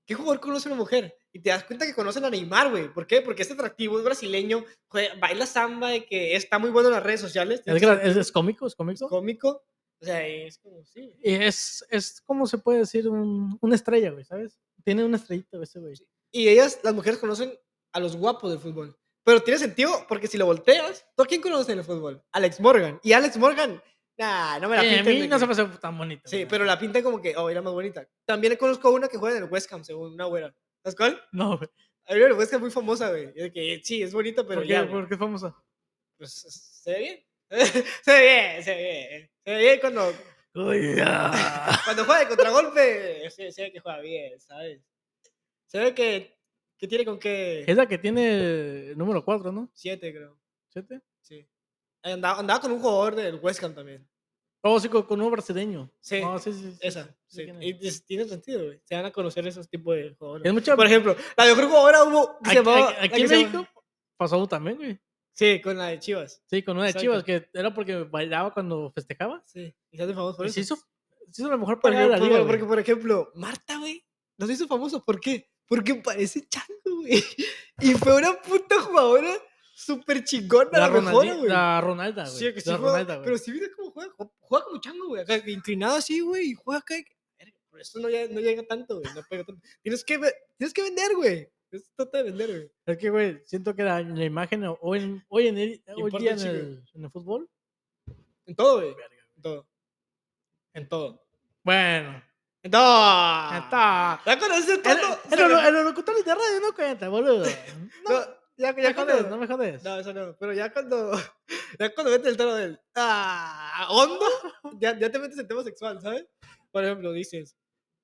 [SPEAKER 1] ¿Qué jugador conoce una mujer? Y te das cuenta que conocen a Neymar, güey. ¿Por qué? Porque es atractivo, es brasileño, jue- baila samba, de que está muy bueno en las redes sociales,
[SPEAKER 2] Es,
[SPEAKER 1] es
[SPEAKER 2] gra- es- es cómico, es cómico.
[SPEAKER 1] cómico. O sea, es como, sí.
[SPEAKER 2] Y es, es como se puede decir, un, una estrella, güey, ¿sabes? Tiene una estrellita, güey, ese güey.
[SPEAKER 1] Y ellas, las mujeres conocen a los guapos del fútbol. Pero tiene sentido porque si lo volteas, ¿tú a quién conoces en el fútbol? Alex Morgan. Y Alex Morgan Nah, no me la
[SPEAKER 2] Eh, a
[SPEAKER 1] pinten.
[SPEAKER 2] mí
[SPEAKER 1] de
[SPEAKER 2] no
[SPEAKER 1] que-
[SPEAKER 2] se me hace tan bonito.
[SPEAKER 1] Sí,
[SPEAKER 2] güey.
[SPEAKER 1] pero la pinta como que, oh, era más bonita. También conozco una que juega en el West Ham, según una güera. ¿Sabes cuál?
[SPEAKER 2] No, güey.
[SPEAKER 1] Hay una en el West Ham muy famosa, güey. Y de que sí, es bonita, pero
[SPEAKER 2] ¿Por
[SPEAKER 1] ya,
[SPEAKER 2] qué?
[SPEAKER 1] güey,
[SPEAKER 2] ¿Por qué es famosa?
[SPEAKER 1] pues, se ve bien. se ve bien, se ve bien. Se ve bien cuando, cuando juega de contragolpe. Se, se ve que juega bien, ¿sabes? Se ve que, que tiene con qué...
[SPEAKER 2] Es la que tiene el número 4, ¿no?
[SPEAKER 1] Siete, creo.
[SPEAKER 2] ¿Siete?
[SPEAKER 1] Sí. Andaba, andaba con un jugador del West Ham también.
[SPEAKER 2] Oh, sí, con, con un brasileño.
[SPEAKER 1] Sí,
[SPEAKER 2] No, sí, sí, sí,
[SPEAKER 1] Esa,
[SPEAKER 2] sí,
[SPEAKER 1] sí.
[SPEAKER 2] quién
[SPEAKER 1] Y
[SPEAKER 2] es.
[SPEAKER 1] es- tiene sentido, güey. Se van a conocer esos tipos de jugadores.
[SPEAKER 2] Es mucha...
[SPEAKER 1] Por ejemplo, la mejor jugadora hubo. que
[SPEAKER 2] aquí,
[SPEAKER 1] se llamaba-
[SPEAKER 2] aquí-
[SPEAKER 1] la
[SPEAKER 2] aquí
[SPEAKER 1] que
[SPEAKER 2] en
[SPEAKER 1] se llama-
[SPEAKER 2] México pasó también, güey.
[SPEAKER 1] Sí, con la de Chivas.
[SPEAKER 2] Sí, con una de
[SPEAKER 1] Exacto.
[SPEAKER 2] Chivas, que era porque bailaba cuando festejaba.
[SPEAKER 1] Sí. Y se hace famoso por
[SPEAKER 2] Y
[SPEAKER 1] eso.
[SPEAKER 2] se hizo, se hizo la mejor
[SPEAKER 1] porque,
[SPEAKER 2] pagada de la
[SPEAKER 1] por-
[SPEAKER 2] liga,
[SPEAKER 1] porque,
[SPEAKER 2] güey.
[SPEAKER 1] por ejemplo, Marta, güey, nos hizo famosos. ¿Por qué? Porque parece chango, güey. Y fue una puta jugadora súper chingona, la,
[SPEAKER 2] La,
[SPEAKER 1] mejor,
[SPEAKER 2] Ronaldi-
[SPEAKER 1] güey.
[SPEAKER 2] la Ronalda, güey.
[SPEAKER 1] Sí, que sí
[SPEAKER 2] la
[SPEAKER 1] juega,
[SPEAKER 2] Ronalda, güey.
[SPEAKER 1] pero si mira cómo juega, ju- juega como chango, güey, acá que inclinado así, güey, y juega acá. y que- verga, Por eso no, llega- no llega tanto, güey, no pega tanto. Tienes que, ve- tienes que vender, güey. Tienes que tratar de vender, güey.
[SPEAKER 2] Es que, güey, siento que la, la imagen o- hoy en, hoy en, el, hoy
[SPEAKER 1] Importa
[SPEAKER 2] día
[SPEAKER 1] un
[SPEAKER 2] en
[SPEAKER 1] chingo.
[SPEAKER 2] el, en el fútbol.
[SPEAKER 1] En todo, güey. En todo. En todo.
[SPEAKER 2] Bueno.
[SPEAKER 1] En todo.
[SPEAKER 2] Está.
[SPEAKER 1] Ya conoces todo.
[SPEAKER 2] El,
[SPEAKER 1] o
[SPEAKER 2] el,
[SPEAKER 1] sea,
[SPEAKER 2] el- el locutor de radio no cuenta, boludo. No,
[SPEAKER 1] no, ya,
[SPEAKER 2] no me
[SPEAKER 1] ya cuando.
[SPEAKER 2] jodes, no me jodes.
[SPEAKER 1] No, eso no. Pero ya cuando. Ya cuando metes el tono del. ¡Ah! ¡Hondo! Ya, ya te metes en tema sexual, ¿sabes? Por ejemplo, dices.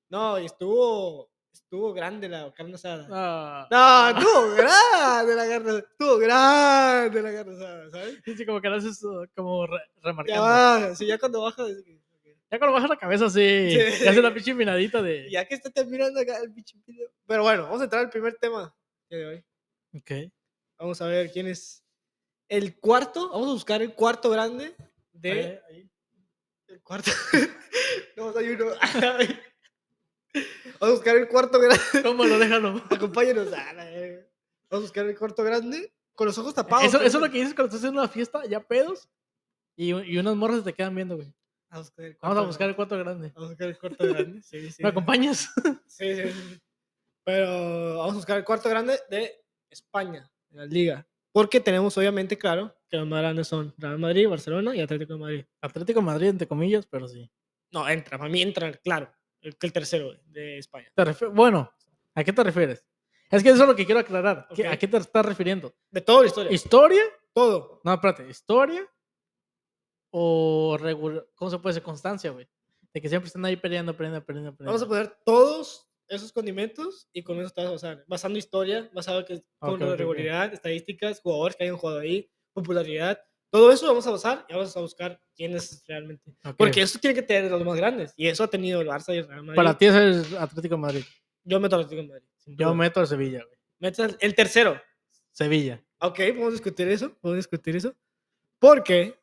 [SPEAKER 1] No, y estuvo. Estuvo grande la carne asada.
[SPEAKER 2] Ah.
[SPEAKER 1] No, estuvo grande la carne asada. Estuvo grande la carne asada, ¿sabes?
[SPEAKER 2] Sí, sí, como que lo haces uh, como re-
[SPEAKER 1] Ya
[SPEAKER 2] remarcando. Ya,
[SPEAKER 1] baja. Sí, ya cuando baja. es que-
[SPEAKER 2] cuando bajas la cabeza, sí.
[SPEAKER 1] Sí.
[SPEAKER 2] Ya haces la pinche minadita
[SPEAKER 1] Y
[SPEAKER 2] de.
[SPEAKER 1] Ya que está terminando acá el pinche video. Pero bueno, vamos a entrar al primer tema de hoy.
[SPEAKER 2] Ok.
[SPEAKER 1] Vamos a ver quién es. El cuarto. Vamos a buscar el cuarto grande de.
[SPEAKER 2] Ahí- ahí.
[SPEAKER 1] El cuarto. no, hay uno. Vamos a buscar el cuarto grande.
[SPEAKER 2] Tómalo, déjalo.
[SPEAKER 1] Acompáñenos. a la verga. Vamos a buscar el cuarto grande con los ojos tapados.
[SPEAKER 2] Eso,
[SPEAKER 1] pero-
[SPEAKER 2] eso es lo que dices cuando estás en una fiesta, ya pedos. Y, y unas morras se te quedan viendo, güey.
[SPEAKER 1] Vamos a buscar el
[SPEAKER 2] Vamos
[SPEAKER 1] cuarto
[SPEAKER 2] a buscar
[SPEAKER 1] grande.
[SPEAKER 2] el cuarto grande.
[SPEAKER 1] Vamos a buscar el cuarto grande. Sí, sí.
[SPEAKER 2] ¿Me acompañas?
[SPEAKER 1] Sí, sí, sí. Pero vamos a buscar el cuarto grande de España, de la liga. Porque tenemos, obviamente, claro, que los más grandes son Real Madrid, Barcelona y Atlético de Madrid.
[SPEAKER 2] Atlético de Madrid, entre comillas, pero sí.
[SPEAKER 1] No, entra, para mí entra, claro, el, el tercero de España.
[SPEAKER 2] Te refi- bueno, ¿a qué te refieres? Es que eso es lo que quiero aclarar. ¿Qué- ¿A
[SPEAKER 1] Ok.
[SPEAKER 2] qué te estás refiriendo?
[SPEAKER 1] De toda la historia,
[SPEAKER 2] ¿Historia?
[SPEAKER 1] todo.
[SPEAKER 2] No, espérate, ¿historia? ¿O regular? ¿Cómo se puede decir? Constancia, güey. De que siempre están ahí peleando, peleando, peleando.
[SPEAKER 1] Vamos a
[SPEAKER 2] peleando.
[SPEAKER 1] poner todos esos condimentos y con eso estás basando, basando historia, basado que, con
[SPEAKER 2] Ok, ok, ok.
[SPEAKER 1] regularidad, estadísticas, jugadores que hayan jugado ahí, popularidad. Todo eso vamos a basar y vamos a buscar quién es realmente.
[SPEAKER 2] Ok.
[SPEAKER 1] Porque eso tiene que tener los más grandes. Y eso ha tenido el Barça y el Real Madrid.
[SPEAKER 2] Para ti es el Atlético de Madrid.
[SPEAKER 1] Yo meto al Atlético de Madrid. sin
[SPEAKER 2] Yo
[SPEAKER 1] duda.
[SPEAKER 2] meto al Sevilla, güey.
[SPEAKER 1] Meto al- el tercero.
[SPEAKER 2] Sevilla.
[SPEAKER 1] Ok, podemos discutir eso. Podemos discutir eso. Porque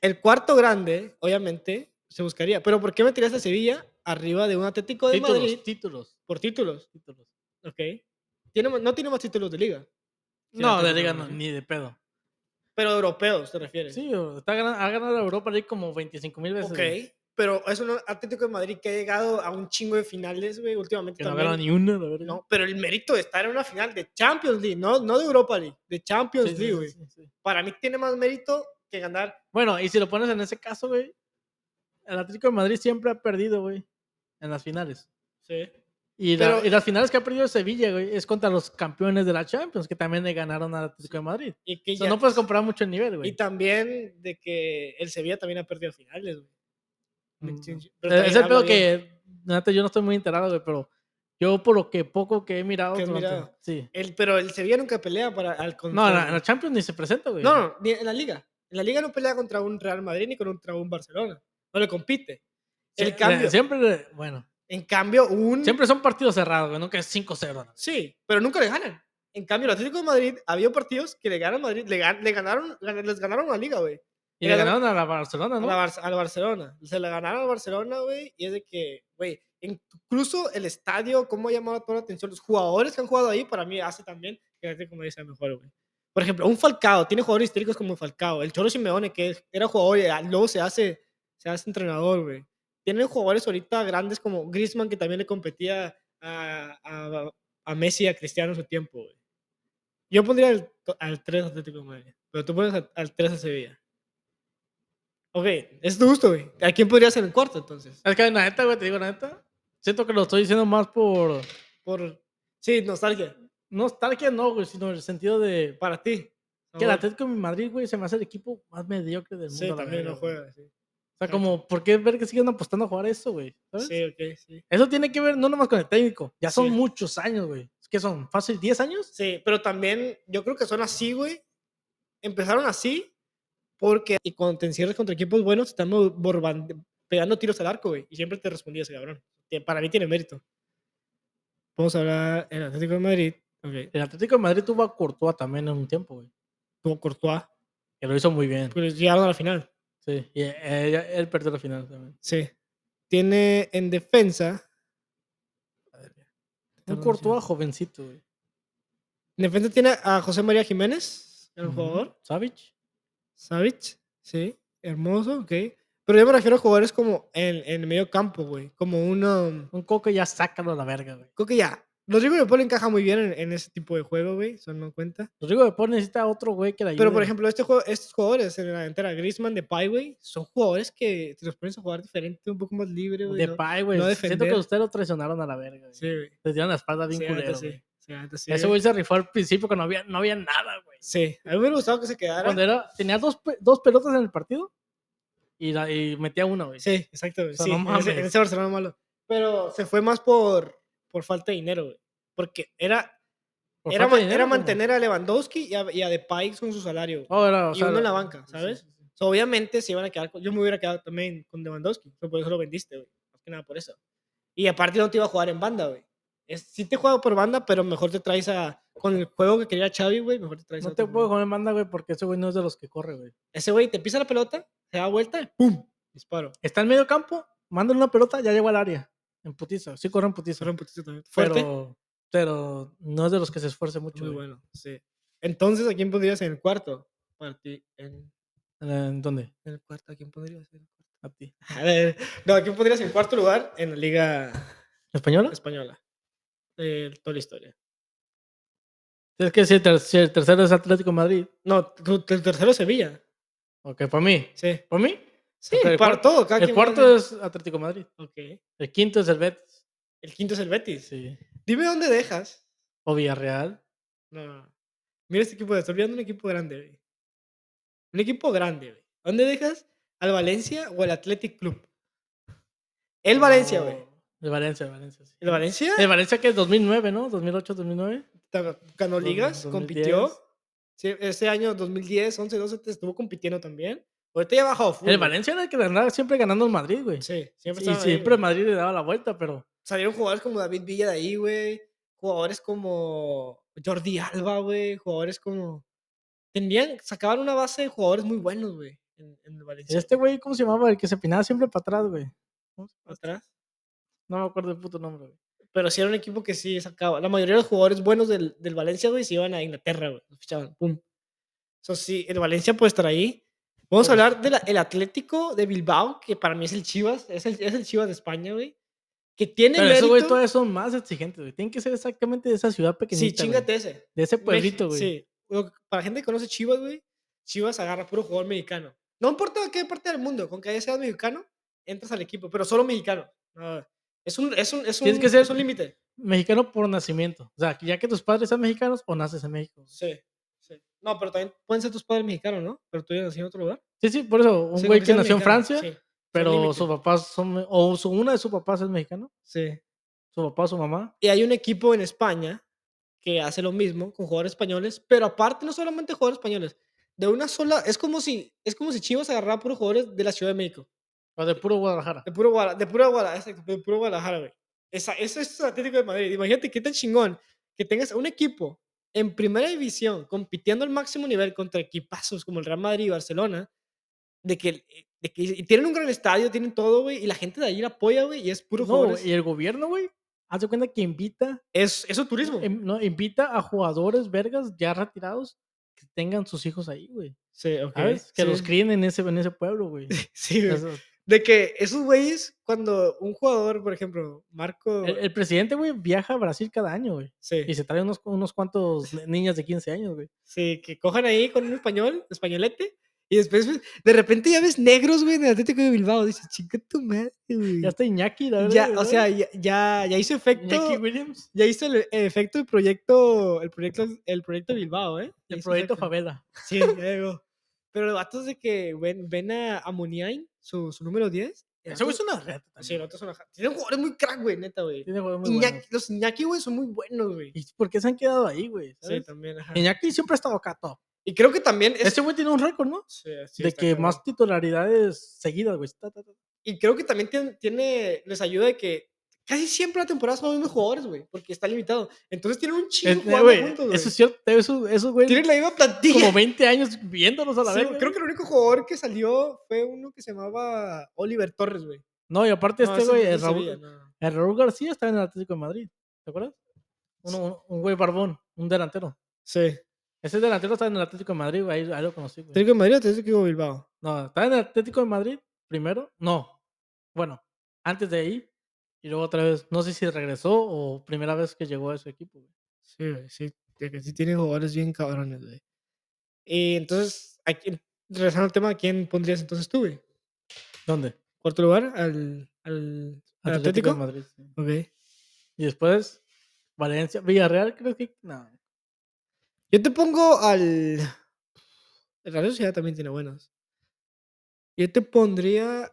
[SPEAKER 1] el cuarto grande, obviamente, se buscaría. Pero ¿por qué meterías a Sevilla arriba de un Atlético de
[SPEAKER 2] Títulos,
[SPEAKER 1] Madrid
[SPEAKER 2] títulos,
[SPEAKER 1] por títulos?
[SPEAKER 2] títulos.
[SPEAKER 1] Ok. Tiene ma- no tiene más títulos de liga. que el
[SPEAKER 2] No, de
[SPEAKER 1] Atlético
[SPEAKER 2] liga no,
[SPEAKER 1] Madrid.
[SPEAKER 2] ni de pedo.
[SPEAKER 1] Pero europeos, te refieres.
[SPEAKER 2] Sí, o- está ganando, ha ganado la Europa League como 25 mil veces.
[SPEAKER 1] Ok.
[SPEAKER 2] güey,
[SPEAKER 1] Pero es un Atlético de Madrid que ha llegado a un chingo de finales, güey, últimamente
[SPEAKER 2] Que no ha
[SPEAKER 1] también.
[SPEAKER 2] ganado ni una, la verdad.
[SPEAKER 1] No, pero el mérito de estar en una final de Champions League, no, no de Europa League, de
[SPEAKER 2] Sí,
[SPEAKER 1] Champions
[SPEAKER 2] sí, sí,
[SPEAKER 1] League, güey.
[SPEAKER 2] sí, sí.
[SPEAKER 1] Para mí tiene más mérito que ganar.
[SPEAKER 2] Bueno, y si lo pones en ese caso, güey, el Atlético de Madrid siempre ha perdido, güey, en las finales.
[SPEAKER 1] Sí.
[SPEAKER 2] Y, la-
[SPEAKER 1] Pero-
[SPEAKER 2] y las finales que ha perdido el Sevilla, güey, es contra los campeones de la Champions, que también le ganaron al Atlético de Madrid.
[SPEAKER 1] Y, que
[SPEAKER 2] O sea,
[SPEAKER 1] ya-
[SPEAKER 2] no puedes comprar mucho el nivel,
[SPEAKER 1] y
[SPEAKER 2] güey.
[SPEAKER 1] también de que el Sevilla también ha perdido finales, güey. ¿me
[SPEAKER 2] Mm.
[SPEAKER 1] entiendes? Pero
[SPEAKER 2] Es es
[SPEAKER 1] también
[SPEAKER 2] el pedo
[SPEAKER 1] habla bien.
[SPEAKER 2] que, neta, yo no estoy muy enterado, güey, pero yo por lo que poco que he mirado.
[SPEAKER 1] Que has
[SPEAKER 2] durante-
[SPEAKER 1] mirado.
[SPEAKER 2] Sí.
[SPEAKER 1] El, pero el Sevilla nunca pelea para al
[SPEAKER 2] No,
[SPEAKER 1] contra-
[SPEAKER 2] en la, en la Champions ni se presenta, güey.
[SPEAKER 1] no, no, ni en la Liga. En la Liga no pelea contra un Real Madrid ni contra un Barcelona. No le compite.
[SPEAKER 2] Sí,
[SPEAKER 1] El
[SPEAKER 2] eh,
[SPEAKER 1] cambio,
[SPEAKER 2] Siempre, le- bueno,
[SPEAKER 1] en cambio, un
[SPEAKER 2] siempre son partidos cerrados, güey, nunca es 5-0. ¿no?
[SPEAKER 1] Sí, pero nunca le ganan. En cambio, el Atlético de Madrid, había partidos que le ganan Madrid, le, gan- le ganaron, gan- les ganaron la liga, güey.
[SPEAKER 2] Y
[SPEAKER 1] Era la-
[SPEAKER 2] le ganaron a la Barcelona,
[SPEAKER 1] A
[SPEAKER 2] ¿no?
[SPEAKER 1] la Barce- al Barcelona. Se la ganaron al Barcelona, güey. Y es de que, güey, incluso el estadio, cómo ha llamado toda la atención. Los jugadores que han jugado ahí, para mí, hace también que el Atlético de Madrid sea mejor, güey. Por ejemplo, un Falcao, tiene jugadores históricos como Falcao. El Cholo Simeone, que es- era jugador y ah, luego se hace, se hace entrenador, güey. Tienen jugadores ahorita grandes como Griezmann, que también le competía a, a, a Messi y a Cristiano en su tiempo, güey. Yo pondría al, to- al 3 Atlético de Madrid, pero tú pones al, al 3 a Sevilla. Ok, es tu gusto, güey. ¿A quién podría ser en cuarto entonces?
[SPEAKER 2] Es que la neta, güey, te digo la neta. Siento que lo estoy diciendo más por
[SPEAKER 1] Por. Sí, nostalgia.
[SPEAKER 2] nostalgia, no, güey, sino en el sentido de
[SPEAKER 1] Para ti.
[SPEAKER 2] que el
[SPEAKER 1] Amor.
[SPEAKER 2] Atlético de Madrid, güey, se me hace el equipo más mediocre del mundo.
[SPEAKER 1] Sí,
[SPEAKER 2] a la
[SPEAKER 1] también
[SPEAKER 2] verga,
[SPEAKER 1] lo
[SPEAKER 2] güey.
[SPEAKER 1] juega. Sí.
[SPEAKER 2] O sea, como, ¿por qué ver que siguen apostando a jugar eso, güey? ¿Sabes?
[SPEAKER 1] sí, ok, sí.
[SPEAKER 2] Eso tiene que ver no nomás con el técnico. Ya son
[SPEAKER 1] Sí.
[SPEAKER 2] muchos años, güey. Es que son fácil 10 años.
[SPEAKER 1] Sí, pero también yo creo que son así, güey. Empezaron así porque. Y cuando te encierras contra equipos buenos, te están bo- borban- pegando tiros al arco, güey. Y siempre te respondía ese cabrón. Te- Para mí tiene mérito. Vamos a hablar el Atlético de Madrid. Ok.
[SPEAKER 2] El Atlético de Madrid tuvo a Courtois también en un tiempo, güey.
[SPEAKER 1] Tuvo Courtois.
[SPEAKER 2] Que lo hizo muy bien.
[SPEAKER 1] Pero llegaron a la final.
[SPEAKER 2] Sí. Y eh, ella- él perdió la final también.
[SPEAKER 1] Sí. Tiene en defensa.
[SPEAKER 2] Un Courtois jovencito, güey.
[SPEAKER 1] En defensa tiene a José María Jiménez, el
[SPEAKER 2] Ujú.
[SPEAKER 1] jugador.
[SPEAKER 2] Savic.
[SPEAKER 1] Savic, sí. Hermoso, ok. Pero yo me refiero a jugadores como en, en el medio campo, güey. Como uno.
[SPEAKER 2] Un Coco ya sácalo a la verga, güey.
[SPEAKER 1] Creo que ya. Rodrigo de Paul encaja muy bien en, en ese tipo de juego, güey. Eso no cuenta.
[SPEAKER 2] Rodrigo de Paul necesita a otro güey que le ayude.
[SPEAKER 1] Pero, por ejemplo, este juego, estos jugadores en la delantera, Griezmann, Depay, güey, son jugadores que si los pones a jugar diferente, un poco más libre, güey.
[SPEAKER 2] de
[SPEAKER 1] ¿no?
[SPEAKER 2] Pai, güey.
[SPEAKER 1] no
[SPEAKER 2] Siento que
[SPEAKER 1] defender.
[SPEAKER 2] ustedes lo traicionaron a la verga, güey.
[SPEAKER 1] Sí, güey.
[SPEAKER 2] Les dieron la espalda bien
[SPEAKER 1] Sí, la neta
[SPEAKER 2] culero,
[SPEAKER 1] sí.
[SPEAKER 2] güey.
[SPEAKER 1] Sí, la neta sí,
[SPEAKER 2] Ese
[SPEAKER 1] güey.
[SPEAKER 2] güey se rifó al principio que no había, no había nada, güey.
[SPEAKER 1] Sí. A mí me hubiera gustado que se quedara.
[SPEAKER 2] Cuando era, tenía dos, pe- dos pelotas en el partido y, la- y metía una, güey.
[SPEAKER 1] Sí, exacto. güey,
[SPEAKER 2] sea,
[SPEAKER 1] sí,
[SPEAKER 2] no
[SPEAKER 1] en ese, en
[SPEAKER 2] mames.
[SPEAKER 1] ese Barcelona malo. Pero se fue más por, por falta de dinero, güey. Porque era,
[SPEAKER 2] Por
[SPEAKER 1] era,
[SPEAKER 2] falta
[SPEAKER 1] man-
[SPEAKER 2] de dinero,
[SPEAKER 1] era
[SPEAKER 2] güey.
[SPEAKER 1] mantener a Lewandowski y a, y a Depay con su salario. güey.
[SPEAKER 2] Oh, era, o
[SPEAKER 1] y
[SPEAKER 2] sea,
[SPEAKER 1] uno en la
[SPEAKER 2] lo-
[SPEAKER 1] banca,
[SPEAKER 2] sí, sí,
[SPEAKER 1] ¿sabes?
[SPEAKER 2] sí, sí.
[SPEAKER 1] O sea, obviamente se iban a quedar. con- yo me hubiera quedado también con Lewandowski. pero por eso lo vendiste, güey. Más que nada por eso. Y aparte no te iba a jugar en banda, güey. Es- Sí te juego por banda, pero mejor te traes a. Con el juego que quería Xavi, güey, mejor te traes a.
[SPEAKER 2] No te
[SPEAKER 1] otro
[SPEAKER 2] puedo
[SPEAKER 1] jugador.
[SPEAKER 2] jugar en banda, güey, porque ese güey no es de los que corre, güey.
[SPEAKER 1] Ese güey te pisa la pelota, se da vuelta y ¡pum! Disparo.
[SPEAKER 2] Está en medio campo, mándale una pelota, ya llegó al área. En putiza, sí corre en putiza.
[SPEAKER 1] Solo un putizo también. Fuerte.
[SPEAKER 2] Pero, pero no es de los que se esfuerce mucho,
[SPEAKER 1] Muy
[SPEAKER 2] güey.
[SPEAKER 1] bueno, sí. Entonces, ¿a quién pondrías en el cuarto? Para ti, en,
[SPEAKER 2] ¿En dónde?
[SPEAKER 1] en el cuarto, ¿a quién pondrías en el cuarto?
[SPEAKER 2] A ti.
[SPEAKER 1] A ver, no, ¿a quién pondrías en cuarto lugar en la Liga
[SPEAKER 2] ¿Española?
[SPEAKER 1] Española? Eh, toda la historia.
[SPEAKER 2] Es que si el, ter- si el tercero es Atlético de Madrid,
[SPEAKER 1] No, tu- tu- el tercero es Sevilla.
[SPEAKER 2] ok, para mí.
[SPEAKER 1] Sí.
[SPEAKER 2] ¿Para mí?
[SPEAKER 1] Sí,
[SPEAKER 2] Ok, el
[SPEAKER 1] para
[SPEAKER 2] cuarto-
[SPEAKER 1] todo. cada
[SPEAKER 2] El
[SPEAKER 1] quien
[SPEAKER 2] cuarto
[SPEAKER 1] pone-
[SPEAKER 2] es Atlético de Madrid.
[SPEAKER 1] Ok.
[SPEAKER 2] El quinto es el Betis.
[SPEAKER 1] El quinto es el Betis.
[SPEAKER 2] Sí.
[SPEAKER 1] Dime dónde dejas.
[SPEAKER 2] O Villarreal.
[SPEAKER 1] No, no, no. Mira este equipo, estoy olvidando un equipo grande, güey. Un equipo grande, güey. ¿Dónde dejas? ¿Al Valencia o al Athletic Club? El Valencia, güey.
[SPEAKER 2] o- El Valencia, el Valencia, sí.
[SPEAKER 1] ¿El Valencia?
[SPEAKER 2] Oh. El Valencia que es 2009, ¿no? 2008, 2009.
[SPEAKER 1] ta- ganó
[SPEAKER 2] Dos mil-
[SPEAKER 1] ligas,
[SPEAKER 2] 2010.
[SPEAKER 1] compitió. Sí, ese año 2010, 11, 12 te estuvo compitiendo también. Ahorita ya bajó.
[SPEAKER 2] El Valencia era el que andaba siempre ganando en Madrid, güey.
[SPEAKER 1] Sí, siempre
[SPEAKER 2] y
[SPEAKER 1] estaba ahí,
[SPEAKER 2] siempre
[SPEAKER 1] güey.
[SPEAKER 2] Madrid le daba la vuelta, pero
[SPEAKER 1] Salieron jugadores como David Villa de ahí, güey. Jugadores como Jordi Alba, güey. Jugadores como. Tenían, sacaban una base de jugadores muy buenos, güey. En, en el Valencia.
[SPEAKER 2] este güey, ¿cómo se llamaba? El que se pinaba siempre para atrás, güey. ¿Cómo se llama?
[SPEAKER 1] Atrás.
[SPEAKER 2] No me acuerdo el puto nombre, güey.
[SPEAKER 1] Pero sí era un equipo que sí sacaba. La mayoría de los jugadores buenos del, del Valencia, güey, se iban a Inglaterra, güey. Los fichaban, pum. Eso sí, el Valencia puede estar ahí. Vamos a
[SPEAKER 2] Pues-
[SPEAKER 1] hablar del el Atlético de Bilbao, que para mí es el Chivas, es el, es el Chivas de España, güey. Que tiene
[SPEAKER 2] Pero esos
[SPEAKER 1] mérito.
[SPEAKER 2] güeyes todavía son más exigentes, güey. Tienen que ser exactamente de esa ciudad pequeñita.
[SPEAKER 1] sí,
[SPEAKER 2] güey.
[SPEAKER 1] chingate ese.
[SPEAKER 2] De ese
[SPEAKER 1] Mex-
[SPEAKER 2] este pueblito, güey.
[SPEAKER 1] Sí. Lo- Para gente que conoce Chivas, güey, Chivas agarra puro jugador mexicano. No importa de qué parte del mundo, con que haya seas mexicano, entras al equipo, pero solo mexicano. No, es un, es un, es un,
[SPEAKER 2] Tienes que ser-
[SPEAKER 1] es un límite.
[SPEAKER 2] Mexicano por nacimiento. O sea, que ya que tus padres son mexicanos o naces en México.
[SPEAKER 1] Sí, sí. No, pero también pueden ser tus padres mexicanos, ¿no? Pero tú ya nací en otro lugar.
[SPEAKER 2] Sí, sí, por eso. Un
[SPEAKER 1] Sí,
[SPEAKER 2] güey
[SPEAKER 1] como
[SPEAKER 2] que
[SPEAKER 1] seas
[SPEAKER 2] nació en
[SPEAKER 1] mexicano,
[SPEAKER 2] Francia,
[SPEAKER 1] Sí,
[SPEAKER 2] pero
[SPEAKER 1] límite.
[SPEAKER 2] sus papás son. me- O su- una de sus papás es mexicano.
[SPEAKER 1] sí.
[SPEAKER 2] Su papá o su mamá.
[SPEAKER 1] Y hay un equipo en España que hace lo mismo con jugadores españoles, pero aparte no solamente jugadores españoles, de una sola, es como si, es como si Chivas agarrara puros jugadores de la Ciudad de México,
[SPEAKER 2] O eh, de puro Guadalajara.
[SPEAKER 1] de puro Guadalajara, de puro Guadalajara, exacto, de puro Guadalajara, güey. Esa, eso es Atlético de Madrid. Imagínate qué tan chingón que tengas un equipo en primera división compitiendo al máximo nivel contra equipazos como el Real Madrid y Barcelona, de que, el- de que y tienen un gran estadio, tienen todo, güey, y la gente de allí la apoya, güey, y es puro
[SPEAKER 2] No,
[SPEAKER 1] jugadores.
[SPEAKER 2] güey, y el gobierno, güey, hace cuenta que invita,
[SPEAKER 1] Es, eso es turismo.
[SPEAKER 2] em- no, invita a jugadores vergas ya retirados que tengan sus hijos ahí, güey.
[SPEAKER 1] Sí, ok.
[SPEAKER 2] ¿Sabes? Que los
[SPEAKER 1] sí.
[SPEAKER 2] críen en ese, en ese pueblo, güey.
[SPEAKER 1] Sí, güey.
[SPEAKER 2] Eso-
[SPEAKER 1] De que esos güeyes, cuando un jugador, por ejemplo, Marco.
[SPEAKER 2] El, el presidente, güey, viaja a Brasil cada año, güey.
[SPEAKER 1] sí,
[SPEAKER 2] Y se trae unos, unos cuantos ni- niñas de 15 años, güey.
[SPEAKER 1] sí, que cojan ahí con un español, españolete, Y después, pues, de repente ya ves negros, güey, en el Atlético de Bilbao. Dices, chinga tu madre, güey.
[SPEAKER 2] Ya está Iñaki, la verdad.
[SPEAKER 1] Ya,
[SPEAKER 2] ¿verdad?
[SPEAKER 1] o sea, ya, ya, ya hizo
[SPEAKER 2] Iñaki
[SPEAKER 1] efecto.
[SPEAKER 2] Williams,
[SPEAKER 1] Ya hizo el efecto el proyecto, el proyecto, el proyecto Bilbao, ¿eh? Ya
[SPEAKER 2] el
[SPEAKER 1] hizo
[SPEAKER 2] proyecto
[SPEAKER 1] efecto.
[SPEAKER 2] Favela.
[SPEAKER 1] Sí, ya llegó. Pero los vatos de que ven, ven a, a Muniain, su, su número 10. el
[SPEAKER 2] Eso
[SPEAKER 1] vato-
[SPEAKER 2] es una reta.
[SPEAKER 1] Sí, el vato es una ja- Tienen jugadores muy crack, güey, neta, güey.
[SPEAKER 2] Tiene jugadores muy
[SPEAKER 1] Iñaki-
[SPEAKER 2] buenos.
[SPEAKER 1] Los Iñaki, güey, son muy buenos, güey.
[SPEAKER 2] ¿Y por qué se han quedado ahí, güey?
[SPEAKER 1] Sí,
[SPEAKER 2] ¿Sabes?
[SPEAKER 1] también, ajá.
[SPEAKER 2] Iñaki siempre ha estado acá top.
[SPEAKER 1] Y creo que también es...
[SPEAKER 2] Ese güey tiene un récord, ¿no?
[SPEAKER 1] Sí, sí,
[SPEAKER 2] de
[SPEAKER 1] está
[SPEAKER 2] que
[SPEAKER 1] cabrón.
[SPEAKER 2] más titularidades seguidas, güey. Ta, ta, ta.
[SPEAKER 1] Y creo que también tiene, tiene- les ayuda de que casi siempre la temporada son los mismos jugadores, güey, porque está limitado. Entonces tienen un
[SPEAKER 2] Es-
[SPEAKER 1] chingo
[SPEAKER 2] eh,
[SPEAKER 1] jugando
[SPEAKER 2] güey,
[SPEAKER 1] juntos, güey.
[SPEAKER 2] eso es cierto. Esos, esos güey,
[SPEAKER 1] Tienen la misma plantilla.
[SPEAKER 2] como 20 años viéndonos a la
[SPEAKER 1] Sí,
[SPEAKER 2] vez.
[SPEAKER 1] güey, creo que el único jugador que salió fue uno que se llamaba Oliver Torres, güey.
[SPEAKER 2] No, y aparte
[SPEAKER 1] No,
[SPEAKER 2] este
[SPEAKER 1] ese
[SPEAKER 2] güey,
[SPEAKER 1] no
[SPEAKER 2] el
[SPEAKER 1] es de
[SPEAKER 2] Raúl,
[SPEAKER 1] Sevilla, no.
[SPEAKER 2] el Raúl García estaba en el Atlético de Madrid. ¿Te acuerdas? Uno- un- un güey barbón, un delantero.
[SPEAKER 1] Sí.
[SPEAKER 2] Ese delantero estaba en el Atlético de Madrid, güey. Ahí, ahí lo conocí, güey.
[SPEAKER 1] Atlético de Madrid o Atlético de Bilbao.
[SPEAKER 2] No, estaba en el Atlético de Madrid primero. No, bueno, antes de ahí. Y luego otra vez, no sé si regresó o primera vez que llegó a ese equipo. güey.
[SPEAKER 1] Sí, güey, sí. de que sí tiene jugadores bien cabrones, güey. Y entonces, ¿a quién- regresando al tema, ¿a quién pondrías entonces tú, güey?
[SPEAKER 2] ¿Dónde?
[SPEAKER 1] ¿Cuarto lugar? ¿Al, al, al Atlético?
[SPEAKER 2] Atlético de Madrid. sí.
[SPEAKER 1] Ok.
[SPEAKER 2] Y después, Valencia, Villarreal, creo que. No.
[SPEAKER 1] Yo te pongo al. La Real Sociedad también tiene buenos. Yo te pondría.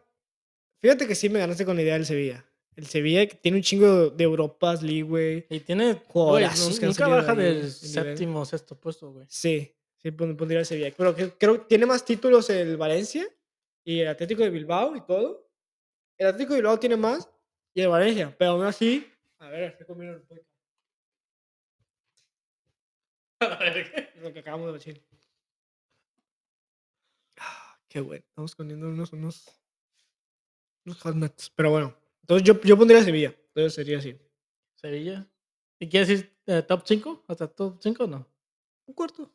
[SPEAKER 1] Fíjate que sí me ganaste con la idea del Sevilla. El Sevilla que tiene un chingo de Europas League, güey.
[SPEAKER 2] Y tiene. Güey,
[SPEAKER 1] Jugadorazos
[SPEAKER 2] nun-
[SPEAKER 1] que han
[SPEAKER 2] nunca
[SPEAKER 1] salido de
[SPEAKER 2] baja
[SPEAKER 1] ahí, el
[SPEAKER 2] del
[SPEAKER 1] nivel.
[SPEAKER 2] séptimo o sexto puesto, güey.
[SPEAKER 1] Sí, sí pon- pondría el Sevilla. Pero que- creo que tiene más títulos el Valencia y el Atlético de Bilbao y todo. El Atlético de Bilbao tiene más y el Valencia. Pero aún así. A ver, estoy comiendo el pollo. Lo que acabamos de decir. Ah, Qué bueno. Estamos comiendo unos, unos, unos hot nuts. Pero bueno. Entonces yo, yo pondría Sevilla. Entonces sería así.
[SPEAKER 2] Sevilla. ¿Y quieres decir eh, top 5? ¿Hasta top 5 o no?
[SPEAKER 1] Un cuarto.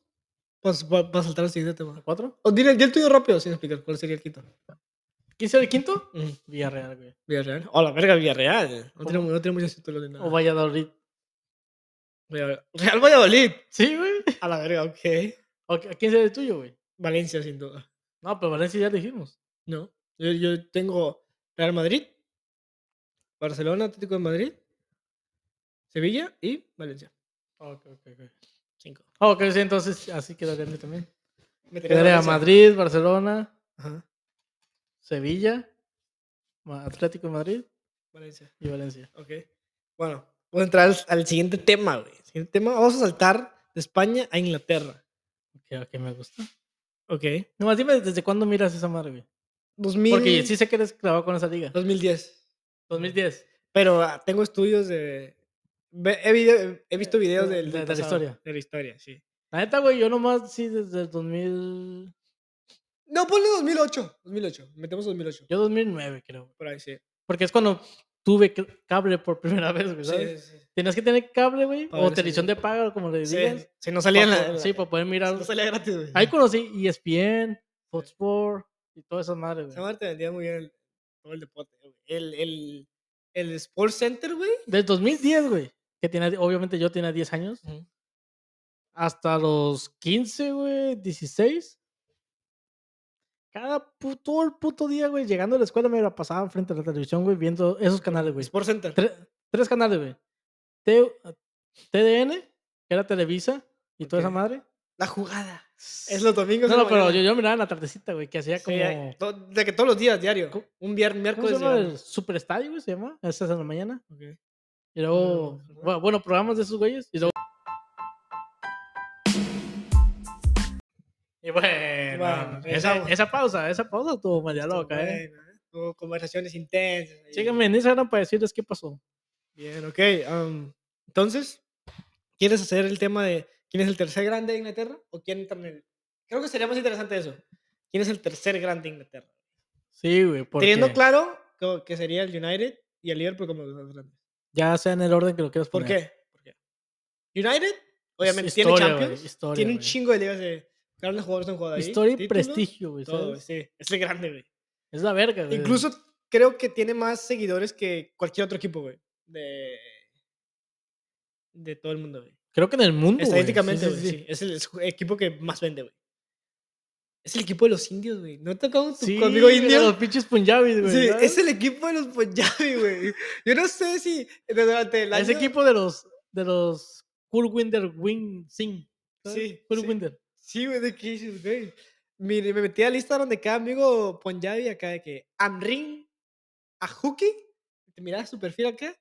[SPEAKER 1] Para Pues, saltar al siguiente tema.
[SPEAKER 2] ¿Cuatro?
[SPEAKER 1] O dile, di el tuyo rápido sin explicar cuál sería el quinto.
[SPEAKER 2] ¿Quién será el quinto? Villarreal, güey.
[SPEAKER 1] Mm, Villarreal. Oh, la verga, Villarreal. No tiene,
[SPEAKER 2] ¿Cómo?
[SPEAKER 1] no tiene muchos títulos ni nada.
[SPEAKER 2] O Valladolid.
[SPEAKER 1] Villarreal. Real Valladolid.
[SPEAKER 2] Sí, güey.
[SPEAKER 1] A la verga, ok.
[SPEAKER 2] ¿O qui- ¿Quién será el tuyo, güey?
[SPEAKER 1] Valencia, sin duda.
[SPEAKER 2] No, pero Valencia ya dijimos.
[SPEAKER 1] No. Yo, yo tengo Real Madrid, Barcelona, Atlético de Madrid, Sevilla y Valencia.
[SPEAKER 2] Ok, ok, ok.
[SPEAKER 1] Cinco.
[SPEAKER 2] Ok, sí, entonces así quedaría a mí también.
[SPEAKER 1] Me
[SPEAKER 2] Quedaría Madrid, Barcelona,
[SPEAKER 1] Ajá.
[SPEAKER 2] Sevilla, Ma- Atlético de Madrid
[SPEAKER 1] Valencia.
[SPEAKER 2] y Valencia.
[SPEAKER 1] Ok. Bueno, voy a entrar al, al siguiente tema, güey. Siguiente tema. Vamos a saltar de España a Inglaterra.
[SPEAKER 2] Ok, ok, me gusta.
[SPEAKER 1] Ok.
[SPEAKER 2] Nomás dime desde cuándo miras esa madre, güey.
[SPEAKER 1] 2000,
[SPEAKER 2] Porque sí sé que eres clavado con esa liga.
[SPEAKER 1] 2010.
[SPEAKER 2] 2010.
[SPEAKER 1] Pero ah, tengo estudios de. ve- He, vide- he visto videos
[SPEAKER 2] de-
[SPEAKER 1] del- del
[SPEAKER 2] de la
[SPEAKER 1] pasado,
[SPEAKER 2] historia.
[SPEAKER 1] Eh, De la historia, sí.
[SPEAKER 2] La neta, güey, yo nomás sí desde el 2000.
[SPEAKER 1] No, ponle 2008. 2008. Metemos 2008.
[SPEAKER 2] Yo 2009, creo. güey.
[SPEAKER 1] Por ahí, sí.
[SPEAKER 2] Porque es cuando tuve c- cable por primera vez, güey.
[SPEAKER 1] Sí,
[SPEAKER 2] ¿sabes?
[SPEAKER 1] sí, sí.
[SPEAKER 2] Tenías que tener cable, güey.
[SPEAKER 1] Pa'
[SPEAKER 2] O
[SPEAKER 1] ver
[SPEAKER 2] televisión de paga, como le digas.
[SPEAKER 1] Sí, sí, no
[SPEAKER 2] pa'
[SPEAKER 1] salía en
[SPEAKER 2] poder-
[SPEAKER 1] la.
[SPEAKER 2] sí, para poder mirar.
[SPEAKER 1] no salía gratis, güey.
[SPEAKER 2] Ahí conocí E ESPN, Hotspur y todas esas madres,
[SPEAKER 1] Esa
[SPEAKER 2] güey.
[SPEAKER 1] madre te vendía muy bien el, todo el deporte, güey. El, el, el Sports Center, güey.
[SPEAKER 2] Desde 2010, güey. Que tenía, obviamente yo tenía 10 años. hasta los 15, güey, 16. Cada puto, todo el puto día, güey, llegando a la escuela me la pasaba frente a la televisión, güey, viendo esos canales, güey.
[SPEAKER 1] Sports Center.
[SPEAKER 2] Tre- tres canales, güey. ah, T- TDN, que era Televisa y toda esa
[SPEAKER 1] Ok.
[SPEAKER 2] madre.
[SPEAKER 1] La jugada. Es los domingos.
[SPEAKER 2] No,
[SPEAKER 1] en
[SPEAKER 2] no,
[SPEAKER 1] la
[SPEAKER 2] pero yo,
[SPEAKER 1] mañana.
[SPEAKER 2] yo miraba en la tardecita, güey, que hacía
[SPEAKER 1] Sí,
[SPEAKER 2] como...
[SPEAKER 1] ahí, to- de que todos los días, diario.
[SPEAKER 2] Co-
[SPEAKER 1] Un viernes,
[SPEAKER 2] ¿Cómo se
[SPEAKER 1] miércoles.
[SPEAKER 2] llama?
[SPEAKER 1] llegamos.
[SPEAKER 2] El Superestadio, güey, se llama. A esas de la mañana.
[SPEAKER 1] Ok.
[SPEAKER 2] Y luego,
[SPEAKER 1] no, no.
[SPEAKER 2] bueno, bueno, programas de esos güeyes. Y luego... Y bueno,
[SPEAKER 1] Bueno,
[SPEAKER 2] esa,
[SPEAKER 1] regresamos.
[SPEAKER 2] esa pausa, esa pausa tuvo media
[SPEAKER 1] Estuvo
[SPEAKER 2] loca, eh.
[SPEAKER 1] bueno, ¿eh? Tuvo conversaciones intensas. ahí.
[SPEAKER 2] Síganme en Instagram para decirles qué pasó.
[SPEAKER 1] Bien, ok. am, entonces, ¿quieres hacer el tema de quién es el tercer grande de Inglaterra? ¿O quién también? Creo que sería más interesante eso. ¿Quién es el tercer grande de Inglaterra?
[SPEAKER 2] Sí, güey, porque
[SPEAKER 1] Teniendo claro que, que sería el United y el Liverpool como los más grandes.
[SPEAKER 2] ya sea en el orden que lo quieras
[SPEAKER 1] ¿Por
[SPEAKER 2] poner.
[SPEAKER 1] qué? ¿Por qué? United, obviamente, tiene
[SPEAKER 2] historia, güey,
[SPEAKER 1] Champions.
[SPEAKER 2] historia,
[SPEAKER 1] tiene un
[SPEAKER 2] güey.
[SPEAKER 1] chingo de ligas de... Grandes jugadores han jugado ahí.
[SPEAKER 2] Historia y
[SPEAKER 1] títulos,
[SPEAKER 2] prestigio, güey.
[SPEAKER 1] todo,
[SPEAKER 2] ¿sabes?
[SPEAKER 1] sí. Es el grande, güey.
[SPEAKER 2] Es la verga, güey.
[SPEAKER 1] Incluso creo que tiene más seguidores que cualquier otro equipo, güey. De, de todo el mundo, güey.
[SPEAKER 2] Creo que en el mundo. güey, sí,
[SPEAKER 1] Estadísticamente,
[SPEAKER 2] sí,
[SPEAKER 1] güey,
[SPEAKER 2] sí.
[SPEAKER 1] sí, Es el es- equipo que más vende, güey. Es el equipo de los indios, güey. ¿No te tocado tu
[SPEAKER 2] Sí,
[SPEAKER 1] amigo
[SPEAKER 2] güey,
[SPEAKER 1] indio?
[SPEAKER 2] Los pinches punjabis, güey.
[SPEAKER 1] Sí,
[SPEAKER 2] ¿no?
[SPEAKER 1] es el equipo de los Punjabi, güey. Yo no sé si durante el año...
[SPEAKER 2] Ese equipo de los de los Kurwinder Wing Singh.
[SPEAKER 1] Sí, sí.
[SPEAKER 2] Kurwinder.
[SPEAKER 1] Sí, güey, de que dices, güey. Mire, me metí a la lista donde cada amigo Punjabi acá de que Amrin, Ajuki, te mirabas su perfil acá,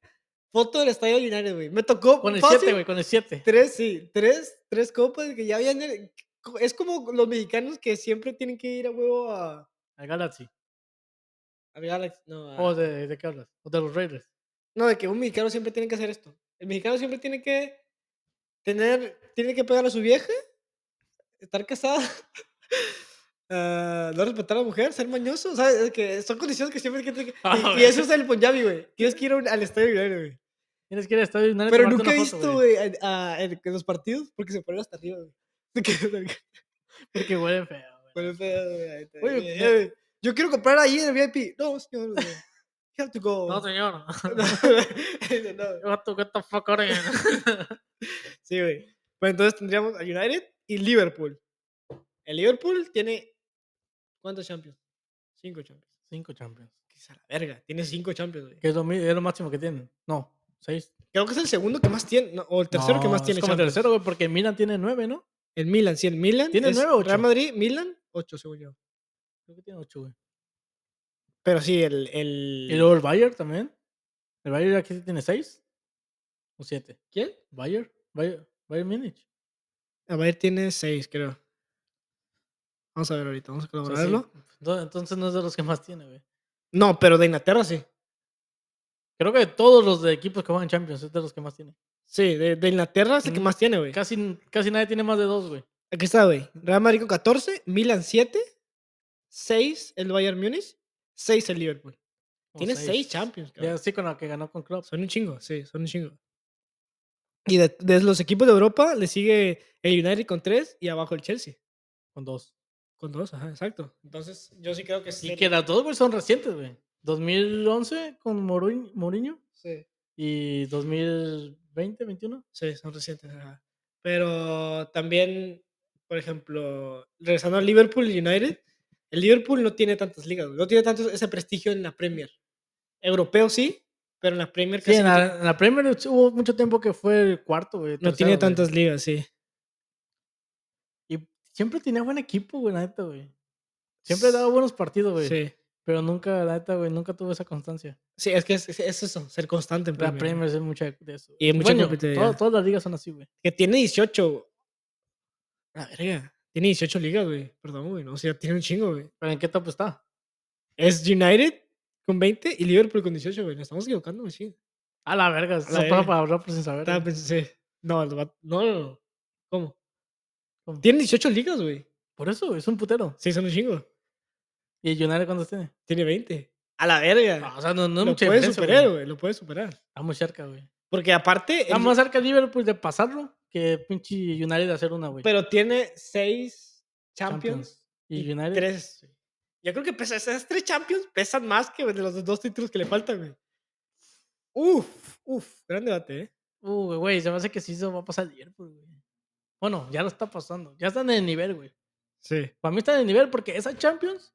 [SPEAKER 1] foto del estadio Linares, güey. Me tocó
[SPEAKER 2] Con el
[SPEAKER 1] fácil
[SPEAKER 2] 7, güey, con el 7.
[SPEAKER 1] Tres, sí, tres, tres copas que ya habían... co- Es como los mexicanos que siempre tienen que ir a huevo a...
[SPEAKER 2] Al Galaxy.
[SPEAKER 1] a Galaxy, no, a-
[SPEAKER 2] ¿O de, de qué hablas? ¿O de los Raiders?
[SPEAKER 1] No, de que un mexicano siempre tiene que hacer esto. El mexicano siempre tiene que tener, tiene que pegar a su vieja, estar casada, ah, no respetar a la mujer, ser mañoso. O sea, es que son condiciones que siempre tiene que... y-
[SPEAKER 2] Ah,
[SPEAKER 1] Y, eso es el Punjabi, güey. Tienes que ir a un- al estadio, grande, güey.
[SPEAKER 2] Tienes que ir al estadio y nadie
[SPEAKER 1] Pero
[SPEAKER 2] tomarte
[SPEAKER 1] nunca he
[SPEAKER 2] una foto,
[SPEAKER 1] visto, güey, en, a- en- en los partidos porque se ponen hasta arriba, güey. De que-
[SPEAKER 2] Porque huele feo, güey.
[SPEAKER 1] Bueno, pero, güey, ahí está,
[SPEAKER 2] Oye,
[SPEAKER 1] eh,
[SPEAKER 2] ya-
[SPEAKER 1] eh, Yo quiero comprar ahí en el VIP. No, señor. güey. You have to go.
[SPEAKER 2] No, señor.
[SPEAKER 1] No, no.
[SPEAKER 2] What the- what the fuck are you?
[SPEAKER 1] Sí, güey. Pues entonces tendríamos a United y Liverpool. El Liverpool tiene. ¿Cuántos champions? Cinco champions.
[SPEAKER 2] Cinco champions.
[SPEAKER 1] Qué es a la verga. Tiene cinco champions, güey.
[SPEAKER 2] Que es lo, mi- es lo máximo que tienen. No, seis.
[SPEAKER 1] Creo que es el segundo que más tiene. no, o el tercero que
[SPEAKER 2] No,
[SPEAKER 1] más tiene.
[SPEAKER 2] Es como el
[SPEAKER 1] champions.
[SPEAKER 2] tercero, güey, porque Milan tiene nueve, ¿no?
[SPEAKER 1] El Milan, sí, el Milan.
[SPEAKER 2] ¿Tiene
[SPEAKER 1] es
[SPEAKER 2] nueve o
[SPEAKER 1] Real
[SPEAKER 2] ocho?
[SPEAKER 1] Madrid, Milan, ocho, según yo.
[SPEAKER 2] Creo que tiene ocho, güey.
[SPEAKER 1] Pero sí, el.
[SPEAKER 2] Y
[SPEAKER 1] el...
[SPEAKER 2] luego el Bayern también. ¿El Bayern aquí tiene seis? ¿O siete?
[SPEAKER 1] ¿Quién?
[SPEAKER 2] ¿Bayern? ¿Bayern, Bayern Múnich?
[SPEAKER 1] A ver, tiene seis, creo. Vamos a ver ahorita, vamos a
[SPEAKER 2] O sea, sí.
[SPEAKER 1] colaborarlo.
[SPEAKER 2] No, Entonces no es de los que más tiene, güey.
[SPEAKER 1] No, pero de Inglaterra sí.
[SPEAKER 2] Creo que de todos los de equipos que juegan Champions es de los que más tiene.
[SPEAKER 1] Sí, de, de Inglaterra es el que
[SPEAKER 2] Mm.
[SPEAKER 1] más tiene, güey.
[SPEAKER 2] Casi, casi nadie tiene más de dos, güey.
[SPEAKER 1] Aquí está, güey. Real Madrid con 14, Milan 7, 6 el Bayern Múnich, 6 el Liverpool.
[SPEAKER 2] O
[SPEAKER 1] Tiene 6 Champions,
[SPEAKER 2] Ya,
[SPEAKER 1] cabrón.
[SPEAKER 2] sí, con la que ganó con Klopp.
[SPEAKER 1] Son un chingo, sí, son un chingo. Y de, de los equipos de Europa le sigue el United con 3 y abajo el Chelsea.
[SPEAKER 2] Con dos.
[SPEAKER 1] Con 2, ajá, exacto. Entonces, yo sí creo que sí.
[SPEAKER 2] Y que las dos, güey, son recientes, güey. 2011 con Mourinho, Mourinho
[SPEAKER 1] Sí,
[SPEAKER 2] y 2020, 21.
[SPEAKER 1] sí, son recientes, ajá. Pero también, por ejemplo, regresando al Liverpool y United, el Liverpool no tiene tantas ligas, güey, no tiene tanto ese prestigio en la Premier. Europeo sí, pero en la Premier
[SPEAKER 2] Sí,
[SPEAKER 1] casi
[SPEAKER 2] en
[SPEAKER 1] no
[SPEAKER 2] la, en la Premier hubo mucho tiempo que fue el cuarto, güey.
[SPEAKER 1] No
[SPEAKER 2] tercero,
[SPEAKER 1] tiene
[SPEAKER 2] güey.
[SPEAKER 1] tantas ligas, sí.
[SPEAKER 2] Y siempre tenía buen equipo, güey, la neta, güey. Siempre daba buenos partidos, güey.
[SPEAKER 1] Sí.
[SPEAKER 2] Pero nunca, la neta, güey, nunca tuvo esa constancia.
[SPEAKER 1] Sí, es que es, es- es eso, ser constante en
[SPEAKER 2] La
[SPEAKER 1] Premier.
[SPEAKER 2] Premier es mucha de eso.
[SPEAKER 1] Y hay mucha
[SPEAKER 2] bueno,
[SPEAKER 1] competitividad.
[SPEAKER 2] todo- todas las ligas son así, güey.
[SPEAKER 1] Que tiene 18. La verga. Tiene 18 ligas, güey. Perdón, güey. No, o sea, tiene un chingo, güey.
[SPEAKER 2] Pero ¿en qué top está?
[SPEAKER 1] Es United con 20 y Liverpool con 18, güey. Nos estamos equivocando, güey. Sí.
[SPEAKER 2] A la verga, son
[SPEAKER 1] verga.
[SPEAKER 2] para para hablar por sin saber.
[SPEAKER 1] Estaba
[SPEAKER 2] güey.
[SPEAKER 1] pens- sí. No, el vato- no, no, no. ¿Cómo?
[SPEAKER 2] ¿Cómo?
[SPEAKER 1] Tiene 18 ligas, güey.
[SPEAKER 2] Por eso, güey, es un putero.
[SPEAKER 1] Sí, son un chingo.
[SPEAKER 2] ¿Y el United cuántos tiene?
[SPEAKER 1] Tiene 20. A la verga.
[SPEAKER 2] No, o sea, no, no es
[SPEAKER 1] Eh, lo
[SPEAKER 2] mucha
[SPEAKER 1] puede
[SPEAKER 2] diferencia,
[SPEAKER 1] superar,
[SPEAKER 2] güey.
[SPEAKER 1] güey. Lo puede superar.
[SPEAKER 2] Está muy cerca, güey.
[SPEAKER 1] Porque aparte.
[SPEAKER 2] Está
[SPEAKER 1] el-
[SPEAKER 2] más cerca el Liverpool pues, de pasarlo que pinche United de hacer una, güey.
[SPEAKER 1] pero tiene 6 champions.
[SPEAKER 2] Y
[SPEAKER 1] y
[SPEAKER 2] United.
[SPEAKER 1] tres. Yo creo que pesa, esas tres Champions pesan más que de los dos títulos que le faltan, güey. Uf, uf, gran debate, ¿eh?
[SPEAKER 2] Uh, güey, güey, se me hace que sí se va a pasar el Liverpool, güey. Bueno, ya lo está pasando. Ya están en el nivel, güey.
[SPEAKER 1] Sí.
[SPEAKER 2] Para mí está en el nivel porque esa Champions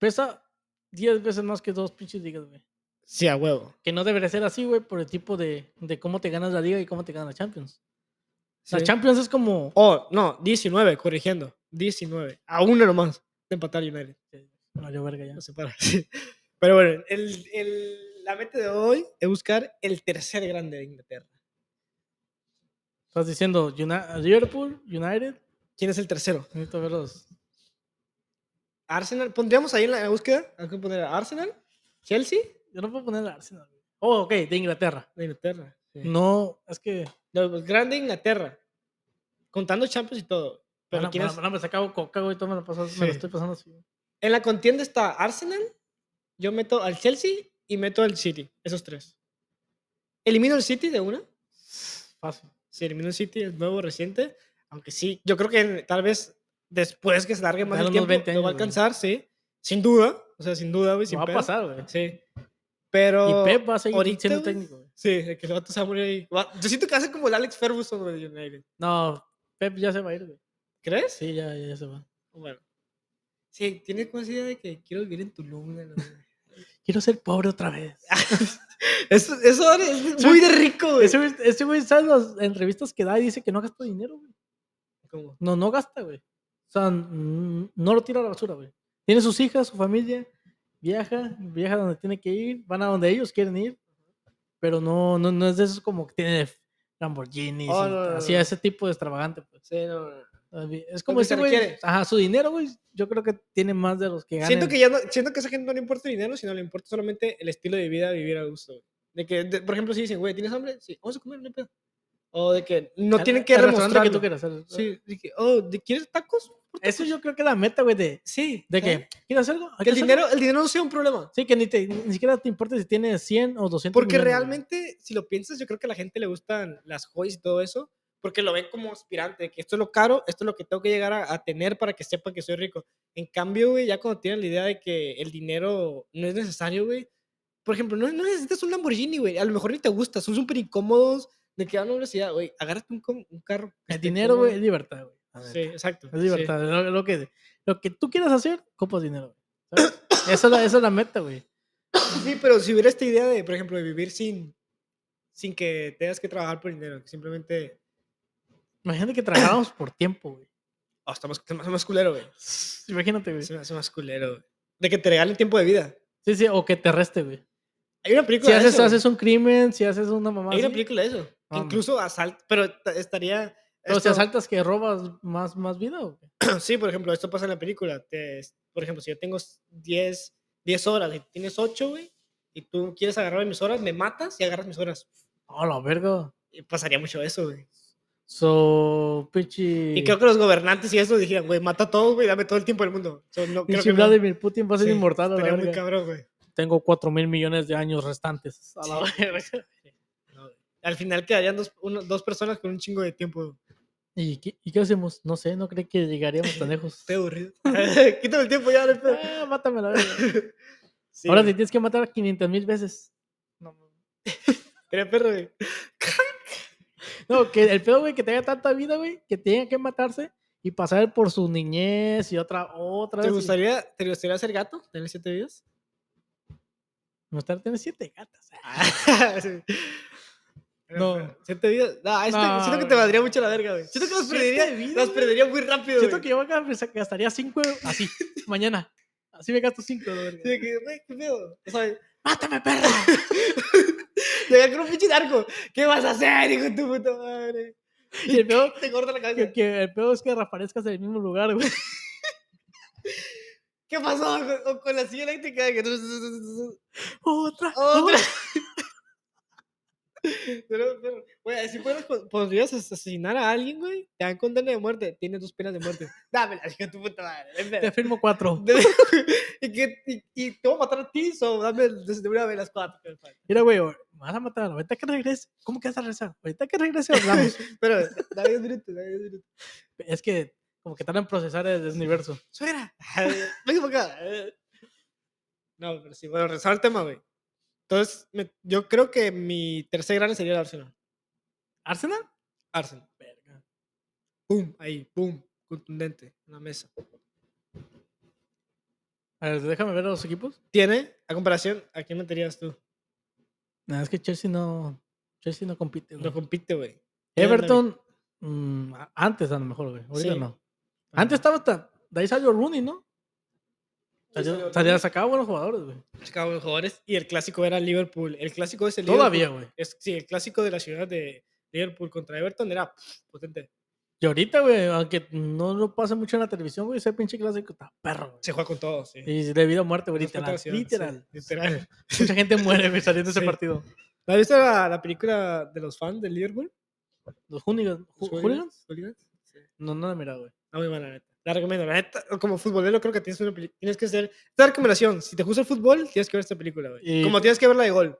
[SPEAKER 2] pesa 10 veces más que dos pinches ligas, güey.
[SPEAKER 1] Sí, a huevo.
[SPEAKER 2] Que no debería ser así, güey, por el tipo de, de cómo te ganas la liga y cómo te ganas la Champions. La
[SPEAKER 1] Sí.
[SPEAKER 2] Champions es como...
[SPEAKER 1] Oh, no, 19, corrigiendo. 19. A uno nomás de empatar United.
[SPEAKER 2] No, yo verga ya.
[SPEAKER 1] No se para. Sí. Pero bueno, el, el- la meta de hoy es buscar el tercer grande de Inglaterra.
[SPEAKER 2] Estás diciendo Uni- Liverpool, United.
[SPEAKER 1] ¿Quién es el tercero?
[SPEAKER 2] Necesito verlos.
[SPEAKER 1] Arsenal. Pondríamos ahí en la búsqueda. Hay que poner a Arsenal, Chelsea,
[SPEAKER 2] Yo no puedo poner el Arsenal. güey. Oh, ok, de Inglaterra.
[SPEAKER 1] de Inglaterra. Sí.
[SPEAKER 2] No, es que...
[SPEAKER 1] No, pues, grande Inglaterra. Contando Champions y todo. Pero
[SPEAKER 2] Pero
[SPEAKER 1] ¿quién es-
[SPEAKER 2] me saco coca, güey. todo Me lo, paso- me lo
[SPEAKER 1] Sí.
[SPEAKER 2] estoy pasando así.
[SPEAKER 1] En la contienda está Arsenal, yo meto al Chelsea y meto al City. Esos tres. Elimino el City de una.
[SPEAKER 2] Fácil.
[SPEAKER 1] Si elimino el City, es nuevo, reciente. Aunque sí, yo creo que en- tal vez después que se largue más
[SPEAKER 2] Dale
[SPEAKER 1] el
[SPEAKER 2] unos
[SPEAKER 1] tiempo,
[SPEAKER 2] 20
[SPEAKER 1] lo va a
[SPEAKER 2] años, güey.
[SPEAKER 1] alcanzar, sí. Sin duda. O sea, sin duda, güey.
[SPEAKER 2] Lo
[SPEAKER 1] Sin
[SPEAKER 2] va a
[SPEAKER 1] pedo.
[SPEAKER 2] pasar, güey.
[SPEAKER 1] Sí. Pero.
[SPEAKER 2] Y Pep va a seguir
[SPEAKER 1] ahorita,
[SPEAKER 2] siendo
[SPEAKER 1] güey,
[SPEAKER 2] técnico, güey.
[SPEAKER 1] Sí, el que el vato se va a morir ahí. Va- Yo siento que hace como el Alex Ferguson güey, de United.
[SPEAKER 2] No, Pep ya se va a ir, güey.
[SPEAKER 1] ¿Crees?
[SPEAKER 2] Sí, ya, ya, ya se va.
[SPEAKER 1] Bueno. Sí, tienes como esa idea de que quiero vivir en Tulum. la verdad.
[SPEAKER 2] Quiero ser pobre otra vez.
[SPEAKER 1] eso, eso es muy de rico, güey.
[SPEAKER 2] Ese güey, ese güey, ¿sabes las entrevistas que da y dice que no gasta dinero, güey?
[SPEAKER 1] Como,
[SPEAKER 2] No, no gasta, güey. O sea, n- no lo tira a la basura, güey. Tiene sus hijas, su familia, viaja, viaja donde tiene que ir, van a donde ellos quieren ir, pero no, no, no es de esos como que tiene Lamborghinis,
[SPEAKER 1] Oh,
[SPEAKER 2] y
[SPEAKER 1] no, no,
[SPEAKER 2] así
[SPEAKER 1] no.
[SPEAKER 2] ese tipo de extravagante, pues.
[SPEAKER 1] sí, no, no.
[SPEAKER 2] A mí- Es como
[SPEAKER 1] que
[SPEAKER 2] ese
[SPEAKER 1] se
[SPEAKER 2] güey,
[SPEAKER 1] requiere.
[SPEAKER 2] ajá, su dinero, güey, yo creo que tiene más de los que ganan.
[SPEAKER 1] Siento que ya no, siento que a esa gente no le importa el dinero, sino le importa solamente el estilo de vida, vivir a gusto. güey. De que, de- por ejemplo, si dicen, güey, ¿tienes hambre? Sí, vamos a comer, no hay pedo. O de que no tienen que
[SPEAKER 2] demostrar
[SPEAKER 1] demostrar
[SPEAKER 2] que tú quieras. el-
[SPEAKER 1] Sí, de que, oh, ¿de- ¿quieres tacos?
[SPEAKER 2] Eso yo creo que es la meta, güey, de,
[SPEAKER 1] Sí.
[SPEAKER 2] de
[SPEAKER 1] ¿sabes?
[SPEAKER 2] que quieres algo. ¿Hay
[SPEAKER 1] ¿Eh? Que el
[SPEAKER 2] hacer
[SPEAKER 1] dinero, el dinero no sea un problema.
[SPEAKER 2] algo? Sí, que ni, te- ni siquiera te importa si tiene 100 o 200
[SPEAKER 1] Porque
[SPEAKER 2] millones, güey.
[SPEAKER 1] realmente, si lo piensas, yo creo que a la gente le gustan las joyas y todo eso, porque lo ven como aspirante, de que esto es lo caro, esto es lo que tengo que llegar a, a tener para que sepan que soy rico. En cambio, güey, ya cuando tienen la idea de que el dinero no es necesario, güey, por ejemplo, no, no necesitas un Lamborghini, güey, a lo mejor ni te gusta, son súper incómodos, de que van a una velocidad, güey, agárrate un, com- un carro. que
[SPEAKER 2] El
[SPEAKER 1] esté
[SPEAKER 2] dinero, güey, es
[SPEAKER 1] cómodo.
[SPEAKER 2] libertad, güey. la neta.
[SPEAKER 1] Sí, exacto.
[SPEAKER 2] Es
[SPEAKER 1] sí.
[SPEAKER 2] libertad. Lo, lo que, lo que tú quieras hacer, copas dinero, güey. ¿sabes? Esa es la, esa es la meta, güey.
[SPEAKER 1] Sí, pero si hubiera esta idea de, por ejemplo, de vivir sin, sin que tengas que trabajar por dinero, que simplemente...
[SPEAKER 2] Imagínate que trabajáramos por tiempo, güey.
[SPEAKER 1] Oh, está más, está más- más culero, güey.
[SPEAKER 2] Imagínate, güey.
[SPEAKER 1] Se me hace más culero, güey. De que te regalen tiempo de vida.
[SPEAKER 2] Sí, sí, o que te reste, güey.
[SPEAKER 1] Hay una
[SPEAKER 2] Si
[SPEAKER 1] película de
[SPEAKER 2] haces,
[SPEAKER 1] eso. güey.
[SPEAKER 2] haces un crimen, si haces una mamá.
[SPEAKER 1] Hay una
[SPEAKER 2] así,
[SPEAKER 1] película de eso. que
[SPEAKER 2] Ah, no.
[SPEAKER 1] incluso asalto, pero ta- estaría...
[SPEAKER 2] pero si
[SPEAKER 1] esto-
[SPEAKER 2] asaltas que robas más, más vida, güey.
[SPEAKER 1] Sí, por ejemplo, esto pasa en la película. te- por ejemplo, si yo tengo 10, 10 horas y tienes 8, güey, y tú quieres agarrar mis horas, me matas y agarras mis horas.
[SPEAKER 2] Oh, la verga.
[SPEAKER 1] Y pasaría mucho eso, güey.
[SPEAKER 2] So, pinche.
[SPEAKER 1] Y creo que los gobernantes y eso dijeran, güey, mata a todos, güey, dame todo el tiempo del mundo. So, no, creo
[SPEAKER 2] pinche
[SPEAKER 1] que no.
[SPEAKER 2] Vladimir Putin va a ser
[SPEAKER 1] Sí,
[SPEAKER 2] inmortal a la
[SPEAKER 1] Estaría muy
[SPEAKER 2] verga.
[SPEAKER 1] cabrón, güey.
[SPEAKER 2] Tengo 4 mil millones de años restantes. A la
[SPEAKER 1] Sí.
[SPEAKER 2] verga.
[SPEAKER 1] No, güey. Al final quedarían dos, uno- dos personas con un chingo de tiempo. güey.
[SPEAKER 2] ¿Y qué, ¿Y qué hacemos? No sé, no creo que llegaríamos tan lejos.
[SPEAKER 1] Estoy aburrido. Quítame el tiempo ya. no hay pedo.
[SPEAKER 2] Ah, mátame la verga.
[SPEAKER 1] Sí,
[SPEAKER 2] Ahora te
[SPEAKER 1] güey.
[SPEAKER 2] tienes que matar 500 mil veces. No,
[SPEAKER 1] Era perro, güey.
[SPEAKER 2] que el pedo, güey, que tenga tanta vida, güey, que tenga que matarse y pasar por su niñez y otra, otra
[SPEAKER 1] ¿Te
[SPEAKER 2] vez. y-
[SPEAKER 1] gustaría, ¿Te gustaría ser gato? ¿Tener siete vidas?
[SPEAKER 2] Me gustaría tener siete gatas. ah.
[SPEAKER 1] Sí. Era
[SPEAKER 2] No.
[SPEAKER 1] perro. ¿Siete vidas? No, este-
[SPEAKER 2] No,
[SPEAKER 1] siento que te
[SPEAKER 2] güey.
[SPEAKER 1] valdría mucho la verga, güey. Siento que las
[SPEAKER 2] Siete
[SPEAKER 1] perdería,
[SPEAKER 2] vidas,
[SPEAKER 1] las
[SPEAKER 2] güey.
[SPEAKER 1] perdería muy rápido,
[SPEAKER 2] Siento
[SPEAKER 1] güey.
[SPEAKER 2] que yo acá me sa- gastaría cinco así, mañana. Así me gasto cinco. la verga.
[SPEAKER 1] Sí, que, güey, qué pedo. O sea,
[SPEAKER 2] ¡Mátame, perra!
[SPEAKER 1] llegar con un pinche arco. ¿Qué vas a hacer, hijo de tu puta madre?
[SPEAKER 2] Y el pedo,
[SPEAKER 1] Te corta la cabeza.
[SPEAKER 2] que, que el pedo es que reaparezcas en el mismo lugar, güey.
[SPEAKER 1] ¿Qué pasó? O con, la silla eléctrica. de que-
[SPEAKER 2] ¡Otra!
[SPEAKER 1] Otra. Pero, pero, güey, si fueras, con- podrías as- asesinar a alguien, güey, te dan condena de muerte, tienes dos penas de muerte. Dámela, hija de tu puta madre. no hay
[SPEAKER 2] Te
[SPEAKER 1] pedo.
[SPEAKER 2] firmo cuatro.
[SPEAKER 1] y, que, y, y te voy a matar a ti, so dame desde una vez las cuatro. pues, compadre.
[SPEAKER 2] Mira, güey, me vas a matar. Ahorita que regrese. ¿Cómo que vas a regresar? Ahorita que regrese, hablamos.
[SPEAKER 1] Pero, dame diez minutos, dame diez minutos.
[SPEAKER 2] Es que como que tardan en procesar el el universo.
[SPEAKER 1] Suegra, venga para acá. eh. No, pero sí, bueno, regresar al tema, güey. Entonces, me- yo creo que mi tercer gran sería el Arsenal.
[SPEAKER 2] ¿Arsenal?
[SPEAKER 1] Arsenal.
[SPEAKER 2] Verga.
[SPEAKER 1] Pum, ahí, pum, contundente, en la mesa.
[SPEAKER 2] A ver, déjame ver a los equipos.
[SPEAKER 1] tiene, a comparación, ¿a quién meterías tú?
[SPEAKER 2] Nada, es que Chelsea no, Chelsea no compite. güey.
[SPEAKER 1] No compite, güey. tienen la mi-
[SPEAKER 2] Everton, mm, a- antes a lo mejor, güey. Ahorita
[SPEAKER 1] Sí.
[SPEAKER 2] no. Antes estaba hasta... De ahí salió Rooney, ¿no? Salió, salió sacaba buenos jugadores, güey.
[SPEAKER 1] Chicago de jugadores y el clásico era Liverpool. El clásico es el
[SPEAKER 2] Todavía,
[SPEAKER 1] Liverpool.
[SPEAKER 2] güey.
[SPEAKER 1] Es, sí, el clásico de la ciudad de Liverpool contra Everton era pff, potente.
[SPEAKER 2] Y ahorita, güey, aunque no lo pasa mucho en la televisión, güey, ese pinche clásico está perro, güey.
[SPEAKER 1] Se juega con todo, sí.
[SPEAKER 2] Y es debido a muerte, güey,
[SPEAKER 1] Nos falta la
[SPEAKER 2] literal.
[SPEAKER 1] ciudad, sí,
[SPEAKER 2] literal.
[SPEAKER 1] literal.
[SPEAKER 2] Mucha gente muere, güey, saliendo de ese
[SPEAKER 1] Sí.
[SPEAKER 2] partido.
[SPEAKER 1] ¿No ¿Has visto la, la película de los fans del Liverpool?
[SPEAKER 2] Los Hooligans.
[SPEAKER 1] ¿Los
[SPEAKER 2] Ju- ¿Hooligans?
[SPEAKER 1] ¿Hooligans? Sí.
[SPEAKER 2] No, no la he mirado, güey.
[SPEAKER 1] No, muy buena, la neta. La recomiendo. La neta, como futbolero, creo que tienes, una peli- tienes que hacer. Esta recomendación: si te gusta el fútbol, tienes que ver esta película, güey.
[SPEAKER 2] Y-
[SPEAKER 1] Como tienes que ver la de gol.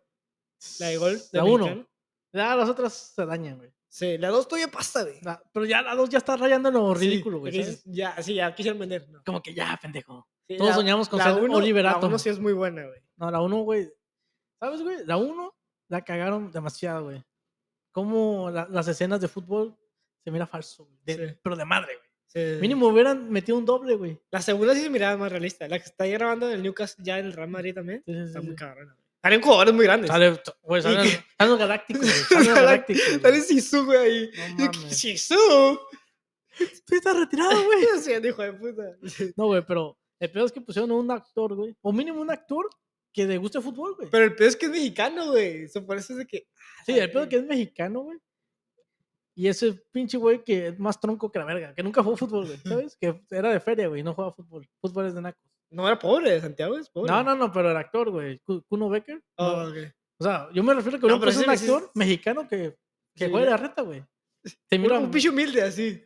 [SPEAKER 1] La de gol.
[SPEAKER 2] La
[SPEAKER 1] del
[SPEAKER 2] uno.
[SPEAKER 1] mexicano.
[SPEAKER 2] Ya, las otras se dañan, güey.
[SPEAKER 1] Sí, la dos todavía pasa, güey.
[SPEAKER 2] La- pero ya la dos ya está rayando en lo
[SPEAKER 1] Sí,
[SPEAKER 2] ridículo, güey.
[SPEAKER 1] que dices,
[SPEAKER 2] ¿sabes?
[SPEAKER 1] Ya, sí, ya quisieron vender. No.
[SPEAKER 2] Como que ya, pendejo.
[SPEAKER 1] Sí,
[SPEAKER 2] Todos
[SPEAKER 1] la-
[SPEAKER 2] soñamos con
[SPEAKER 1] la
[SPEAKER 2] ser
[SPEAKER 1] uno-
[SPEAKER 2] Oliver
[SPEAKER 1] La
[SPEAKER 2] Atom.
[SPEAKER 1] 1 sí es muy buena, güey.
[SPEAKER 2] No, la uno, güey. ¿Sabes, güey? La uno la cagaron demasiado, güey. Como la- las escenas de fútbol se mira falso, güey. De-
[SPEAKER 1] Sí.
[SPEAKER 2] pero de madre, güey.
[SPEAKER 1] Sí.
[SPEAKER 2] Mínimo hubieran metido un doble, güey.
[SPEAKER 1] La segunda sí se miraba más realista. La que está ahí grabando del Newcastle ya en el Real Madrid también.
[SPEAKER 2] Sí, sí,
[SPEAKER 1] Está
[SPEAKER 2] sí,
[SPEAKER 1] muy
[SPEAKER 2] sí.
[SPEAKER 1] cabrón. Salen jugadores muy grandes.
[SPEAKER 2] Sale, t- güey,
[SPEAKER 1] ¿Y
[SPEAKER 2] salen,
[SPEAKER 1] qué?
[SPEAKER 2] salen los galácticos, güey. Salen los galácticos.
[SPEAKER 1] Sale
[SPEAKER 2] güey.
[SPEAKER 1] Sisu, güey, ahí.
[SPEAKER 2] No
[SPEAKER 1] Yo,
[SPEAKER 2] mames.
[SPEAKER 1] ¡Sisu!
[SPEAKER 2] Tú estás retirado, güey.
[SPEAKER 1] Yo siendo hijo de puta.
[SPEAKER 2] No, güey, pero el peor es que pusieron un actor, güey. O mínimo un actor que le guste el fútbol, güey.
[SPEAKER 1] Pero el peor es que es mexicano, güey. Eso por eso es de que. "Ah,
[SPEAKER 2] Sí, el peor es que es mexicano, güey. Y ese pinche güey que es más tronco que la verga, que nunca jugó fútbol, güey, ¿sabes? Que era de feria, güey, y no jugaba fútbol. Fútbol es de naco.
[SPEAKER 1] No era pobre, Santiago es pobre.
[SPEAKER 2] No, no, no, pero el actor, güey, Ku- Kuno Becker. no.
[SPEAKER 1] Oh, ok.
[SPEAKER 2] O sea, yo me refiero a que
[SPEAKER 1] No,
[SPEAKER 2] no,
[SPEAKER 1] pero
[SPEAKER 2] es
[SPEAKER 1] sí
[SPEAKER 2] un
[SPEAKER 1] me- sí-
[SPEAKER 2] actor mexicano que, que
[SPEAKER 1] Sí,
[SPEAKER 2] juega de
[SPEAKER 1] ya.
[SPEAKER 2] la reta, güey. Te
[SPEAKER 1] Un-
[SPEAKER 2] mira,
[SPEAKER 1] Un picho humilde, así.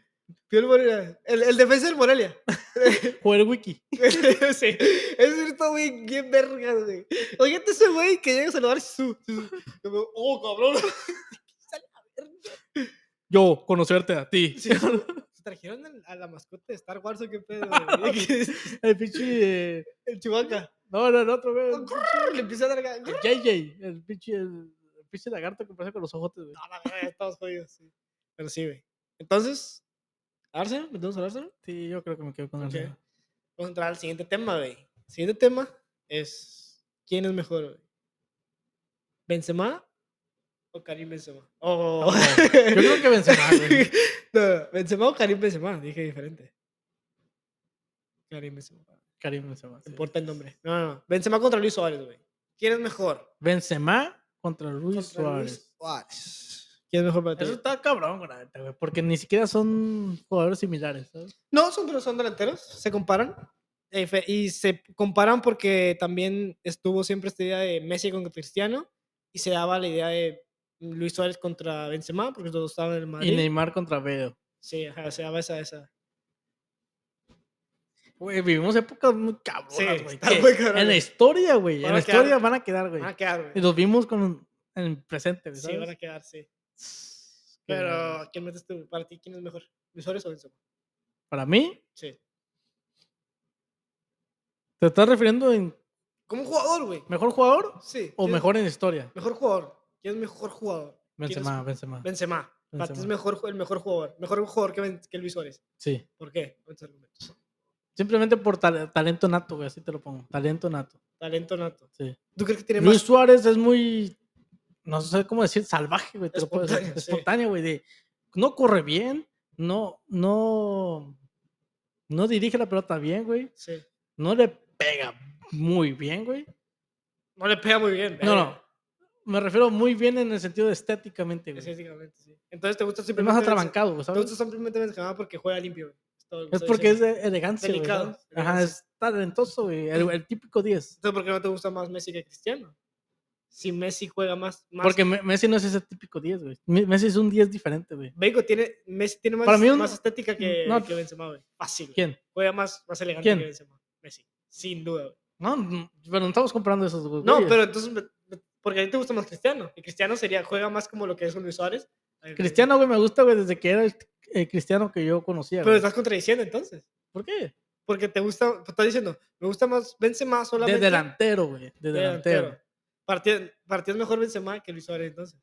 [SPEAKER 1] Piel Morelia. El, el defensa del Morelia.
[SPEAKER 2] juega el wiki.
[SPEAKER 1] sí. Es cierto, este güey. Qué verga, güey. Oye, este ese güey que llega a saludar a Sisu. Sisu. Como, Oh, cabrón.
[SPEAKER 2] Yo, conocerte a ti.
[SPEAKER 1] Sí. ¿Se trajeron al- a la mascota de Star Wars o qué pedo? güey?
[SPEAKER 2] El pinche. eh,
[SPEAKER 1] el Chihuahua.
[SPEAKER 2] No, no, el otro, güey. el
[SPEAKER 1] Le empieza a dar acá.
[SPEAKER 2] El JJ, el pinche, el, el pinche lagarto que parece con los ojotes, güey.
[SPEAKER 1] No, la verdad, estamos jodidos. Sí. Pero sí, güey. Entonces, Arsenal, ¿metemos al Arsenal?
[SPEAKER 2] Sí, yo creo que me quedo con el
[SPEAKER 1] Ok.
[SPEAKER 2] Arsenal.
[SPEAKER 1] Vamos a entrar al siguiente tema, güey. El siguiente tema es: ¿quién es mejor, güey? ¿Benzema o Karim Benzema? Oh.
[SPEAKER 2] Yo creo que Benzema, güey.
[SPEAKER 1] no, no, Benzema o Karim Benzema, dije diferente. Karim Benzema.
[SPEAKER 2] Karim Benzema.
[SPEAKER 1] No
[SPEAKER 2] sí.
[SPEAKER 1] importa el nombre. No, no, no. Benzema contra Luis Suárez, güey. ¿Quién es mejor?
[SPEAKER 2] Benzema contra Luis
[SPEAKER 1] Contra Luis
[SPEAKER 2] Suárez.
[SPEAKER 1] Suárez. ¿Quién es mejor para ti?
[SPEAKER 2] Eso está cabrón, güey, la neta, güey, porque ni siquiera son jugadores similares, ¿sabes?
[SPEAKER 1] No, son, pero son delanteros, se comparan. Eh, fe- Y se comparan porque también estuvo siempre esta idea de Messi contra Cristiano y se daba la idea de Luis Suárez contra Benzema porque todos estaban en el
[SPEAKER 2] Y
[SPEAKER 1] Madrid.
[SPEAKER 2] Neymar contra Veo.
[SPEAKER 1] Sí, ajá, se daba esa, esa.
[SPEAKER 2] Güey, vivimos épocas muy cabronas,
[SPEAKER 1] Sí,
[SPEAKER 2] güey.
[SPEAKER 1] está
[SPEAKER 2] que
[SPEAKER 1] muy cabrón,
[SPEAKER 2] En la
[SPEAKER 1] güey.
[SPEAKER 2] historia, güey.
[SPEAKER 1] Van
[SPEAKER 2] En la
[SPEAKER 1] a quedar-
[SPEAKER 2] historia van a quedar, güey.
[SPEAKER 1] Van a quedar,
[SPEAKER 2] Y
[SPEAKER 1] güey.
[SPEAKER 2] los vimos con en el presente, güey.
[SPEAKER 1] Sí, van a
[SPEAKER 2] ¿sabes?
[SPEAKER 1] quedar, sí.
[SPEAKER 2] Sí, güey.
[SPEAKER 1] Pero, ¿quién metes tú? Para ti, ¿quién es mejor? ¿Luis Suárez o Benzema?
[SPEAKER 2] Para mí,
[SPEAKER 1] Sí.
[SPEAKER 2] ¿te estás refiriendo en
[SPEAKER 1] Como jugador, güey.
[SPEAKER 2] mejor jugador
[SPEAKER 1] Sí.
[SPEAKER 2] o
[SPEAKER 1] ¿quién es
[SPEAKER 2] mejor en historia?
[SPEAKER 1] Mejor jugador. ¿Quién es mejor jugador? ¿Quién es-
[SPEAKER 2] Benzema, Benzema.
[SPEAKER 1] Benzema. Para ti es
[SPEAKER 2] Benzema.
[SPEAKER 1] mejor, ju- el mejor jugador. Mejor jugador que, Ben- que Luis Suárez.
[SPEAKER 2] Sí.
[SPEAKER 1] ¿Por qué? Con tus argumentos.
[SPEAKER 2] Simplemente por tal- talento nato, güey, así te lo pongo. Talento nato.
[SPEAKER 1] Talento nato.
[SPEAKER 2] Sí.
[SPEAKER 1] ¿Tú crees que tiene
[SPEAKER 2] Luis
[SPEAKER 1] más?
[SPEAKER 2] Suárez es muy, no sé cómo decir, salvaje, güey. Te lo puedo decir.
[SPEAKER 1] Espontáneo, sí.
[SPEAKER 2] Espontáneo, güey. de- No corre bien, no, no, no dirige la pelota bien, güey.
[SPEAKER 1] Sí.
[SPEAKER 2] No le pega muy bien, güey.
[SPEAKER 1] No le pega muy bien. eh,
[SPEAKER 2] No,
[SPEAKER 1] verga,
[SPEAKER 2] no. Me refiero muy bien en el sentido de estéticamente, güey. Es
[SPEAKER 1] Específicamente, sí. Entonces te gusta
[SPEAKER 2] más
[SPEAKER 1] simplemente. Benze-
[SPEAKER 2] atrabancado, güey,
[SPEAKER 1] Te gusta
[SPEAKER 2] ¿sabes?
[SPEAKER 1] simplemente Benzema porque juega limpio. güey. Es todo lo que
[SPEAKER 2] Es
[SPEAKER 1] estoy
[SPEAKER 2] porque es
[SPEAKER 1] diciendo.
[SPEAKER 2] de elegancia, güey,
[SPEAKER 1] Delicado,
[SPEAKER 2] ¿sabes? Ajá,
[SPEAKER 1] elegancia.
[SPEAKER 2] es talentoso, güey. El, el típico 10.
[SPEAKER 1] Entonces, ¿por qué no te gusta más Messi que Cristiano? Si Messi juega más. más
[SPEAKER 2] Porque Me- Messi no es ese típico 10, güey. Me- Messi es un 10 diferente, güey.
[SPEAKER 1] Bacon tiene, Messi tiene más,
[SPEAKER 2] Para mí un- Mm,
[SPEAKER 1] más estética que,
[SPEAKER 2] no.
[SPEAKER 1] que Benzema, güey. Fácil. güey.
[SPEAKER 2] ¿Quién?
[SPEAKER 1] Juega más, más elegante
[SPEAKER 2] ¿Quién?
[SPEAKER 1] que Benzema. Messi. Sin duda, güey.
[SPEAKER 2] No, no, pero no estamos comprando esos dos.
[SPEAKER 1] No,
[SPEAKER 2] güeyes.
[SPEAKER 1] pero entonces. me- me- Porque a ti te gusta más Cristiano. Y Cristiano sería, juega más como lo que es un Luis Suárez.
[SPEAKER 2] Cristiano, güey, me gusta, güey, desde que era el, el cristiano que yo conocía.
[SPEAKER 1] Pero
[SPEAKER 2] güey.
[SPEAKER 1] estás contradiciendo entonces.
[SPEAKER 2] ¿Por qué?
[SPEAKER 1] Porque te gusta, te estás diciendo, me gusta más Benzema solamente.
[SPEAKER 2] De delantero, güey. De
[SPEAKER 1] que
[SPEAKER 2] delantero.
[SPEAKER 1] Partí- partí es mejor Benzema que Luis Suárez entonces.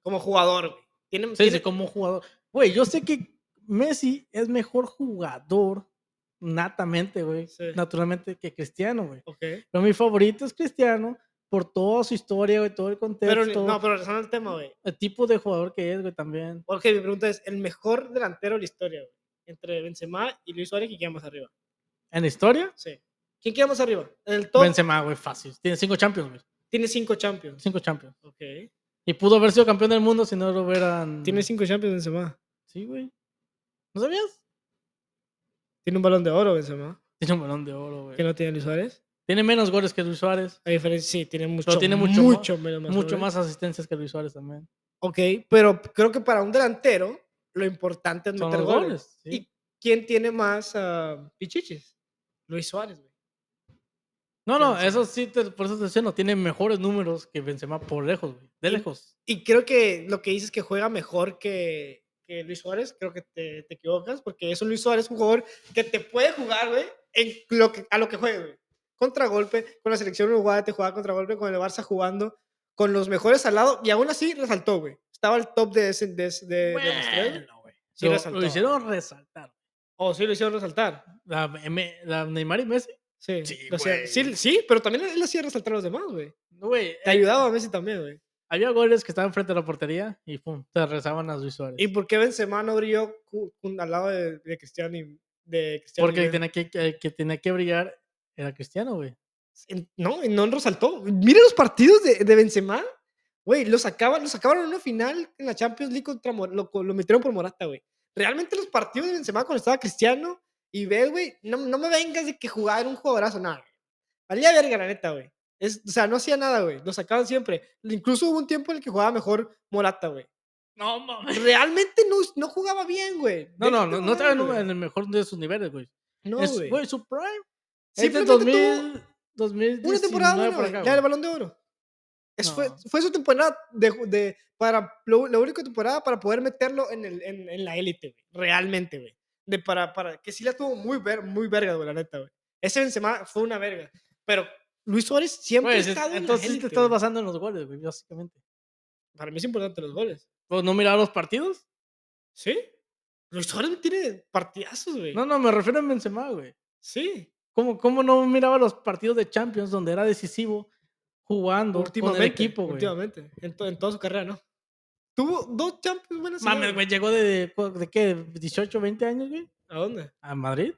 [SPEAKER 1] Como jugador, güey. Tiene,
[SPEAKER 2] Sí,
[SPEAKER 1] tiene-
[SPEAKER 2] sí, como jugador. Güey, yo sé que Messi es mejor jugador natamente, güey.
[SPEAKER 1] Sí.
[SPEAKER 2] Naturalmente que Cristiano, güey.
[SPEAKER 1] Ok.
[SPEAKER 2] Pero mi favorito es Cristiano por toda su historia, güey, todo el contexto.
[SPEAKER 1] Pero ni- no, pero regresando al tema, güey.
[SPEAKER 2] El tipo de jugador que es, güey, también.
[SPEAKER 1] Porque mi pregunta es, el mejor delantero de la historia, güey. Entre Benzema y Luis Suárez, ¿quién queda más arriba?
[SPEAKER 2] En historia,
[SPEAKER 1] Sí. ¿Quién queda más arriba? En el top
[SPEAKER 2] Benzema, güey, fácil. Tiene cinco champions, güey.
[SPEAKER 1] tiene cinco Champions.
[SPEAKER 2] Cinco champions.
[SPEAKER 1] Ok.
[SPEAKER 2] Y pudo haber sido campeón del mundo si no lo hubieran.
[SPEAKER 1] Tiene cinco Champions Benzema.
[SPEAKER 2] Sí, güey. ¿No sabías?
[SPEAKER 1] Tiene un balón de oro Benzema,
[SPEAKER 2] Tiene un balón de oro, güey.
[SPEAKER 1] que no tiene Luis Suárez.
[SPEAKER 2] Tiene menos goles que Luis Suárez.
[SPEAKER 1] A diferencia, sí, tiene mucho,
[SPEAKER 2] tiene mucho ma-
[SPEAKER 1] mucho, menos más
[SPEAKER 2] mucho
[SPEAKER 1] goles.
[SPEAKER 2] más asistencias que Luis Suárez también.
[SPEAKER 1] Ok, pero creo que para un delantero lo importante es
[SPEAKER 2] Son
[SPEAKER 1] meter
[SPEAKER 2] los
[SPEAKER 1] goles.
[SPEAKER 2] goles. sí.
[SPEAKER 1] Y- ¿Quién tiene más ah, pichiches? Luis Suárez, güey.
[SPEAKER 2] No, no,
[SPEAKER 1] Benzema.
[SPEAKER 2] eso sí, te- por eso te decía, no tiene mejores números que Benzema por lejos, güey. De
[SPEAKER 1] Y-
[SPEAKER 2] lejos.
[SPEAKER 1] Y creo que lo que dices que juega mejor que, que Luis Suárez, creo que te, te equivocas, porque eso Luis Suárez es un jugador que te puede jugar, güey, en lo que, a lo que juegue, güey. Contragolpe, con la selección uruguaya te jugaba contragolpe, con el Barça jugando, con los mejores al lado, y aún así resaltó, güey. Estaba al top de, ese, de, ese- de- de los tres, güey.
[SPEAKER 2] Bueno, güey.
[SPEAKER 1] Sí
[SPEAKER 2] Lo- lo,
[SPEAKER 1] resaltó.
[SPEAKER 2] hicieron resaltar.
[SPEAKER 1] O sí lo hicieron resaltar.
[SPEAKER 2] La, M- la Neymar y Messi.
[SPEAKER 1] Sí.
[SPEAKER 2] Sí,
[SPEAKER 1] o sea, sí,
[SPEAKER 2] güey.
[SPEAKER 1] sí, pero también él hacía resaltar a los demás, güey.
[SPEAKER 2] No, güey.
[SPEAKER 1] Te
[SPEAKER 2] eh,
[SPEAKER 1] ayudaba a Messi también, güey.
[SPEAKER 2] Había goles que estaban frente a la portería y pum, te rezaban a Luis Suárez.
[SPEAKER 1] ¿Y por qué Benzema no brilló cu- cu- al lado de, de Cristiano y de Cristiano? y
[SPEAKER 2] Porque el que
[SPEAKER 1] Messi?
[SPEAKER 2] tenía que, el que tenía que brillar era Cristiano, güey.
[SPEAKER 1] En- No, y no resaltó. Mira los partidos de, de Benzema. Güey, lo sacaban, lo sacaban en una final en la Champions League contra Mor- lo, co- lo metieron por Morata, güey. Realmente los partidos de Benzema cuando estaba Cristiano y Bale, güey, no, no me vengas de que jugaba era un jugadorazo, nada. güey. Valía verga, la neta, güey. Es- O sea, no hacía nada, güey. Lo sacaban siempre. Incluso hubo un tiempo en el que jugaba mejor Morata, güey.
[SPEAKER 2] No, mames.
[SPEAKER 1] Realmente no, no jugaba bien, güey.
[SPEAKER 2] No,
[SPEAKER 1] Déjate
[SPEAKER 2] no, no, no
[SPEAKER 1] mamar,
[SPEAKER 2] estaba en, un-
[SPEAKER 1] güey.
[SPEAKER 2] en el mejor de sus niveles, güey.
[SPEAKER 1] No,
[SPEAKER 2] Es-
[SPEAKER 1] güey.
[SPEAKER 2] Güey, su prime. Es del
[SPEAKER 1] Simplemente tuvo
[SPEAKER 2] 2000, 2019
[SPEAKER 1] Una temporada buena,
[SPEAKER 2] por
[SPEAKER 1] güey,
[SPEAKER 2] acá,
[SPEAKER 1] la del
[SPEAKER 2] güey.
[SPEAKER 1] Balón de Oro. Es- fue,
[SPEAKER 2] No.
[SPEAKER 1] fue su temporada de, ju- de- para lo- la única temporada para poder meterlo en, el, en, en la élite, güey, realmente, güey. De para, para, que sí la tuvo muy, ver, muy verga, güey, la neta, güey. Ese Benzema fue una verga. Pero Luis Suárez siempre
[SPEAKER 2] Güey,
[SPEAKER 1] ha estado en
[SPEAKER 2] Pues, entonces
[SPEAKER 1] la
[SPEAKER 2] te
[SPEAKER 1] élite,
[SPEAKER 2] estás
[SPEAKER 1] güey.
[SPEAKER 2] basando en los goles, güey, básicamente.
[SPEAKER 1] Para mí es importante los goles.
[SPEAKER 2] ¿Pues no miraba los partidos?
[SPEAKER 1] ¿Sí? Luis Suárez tiene partidazos, güey.
[SPEAKER 2] No, no, me refiero a Benzema, güey.
[SPEAKER 1] Sí.
[SPEAKER 2] ¿Cómo, ¿Cómo no miraba los partidos de Champions donde era decisivo jugando con el
[SPEAKER 1] Últimamente.
[SPEAKER 2] equipo, güey?
[SPEAKER 1] últimamente. En, to- en toda su carrera, ¿no? Tuvo dos Champions buenas. seguidas,
[SPEAKER 2] Mames, güey, llegó de, de, de qué, 18, 20 años, güey,
[SPEAKER 1] ¿A dónde?
[SPEAKER 2] a Madrid.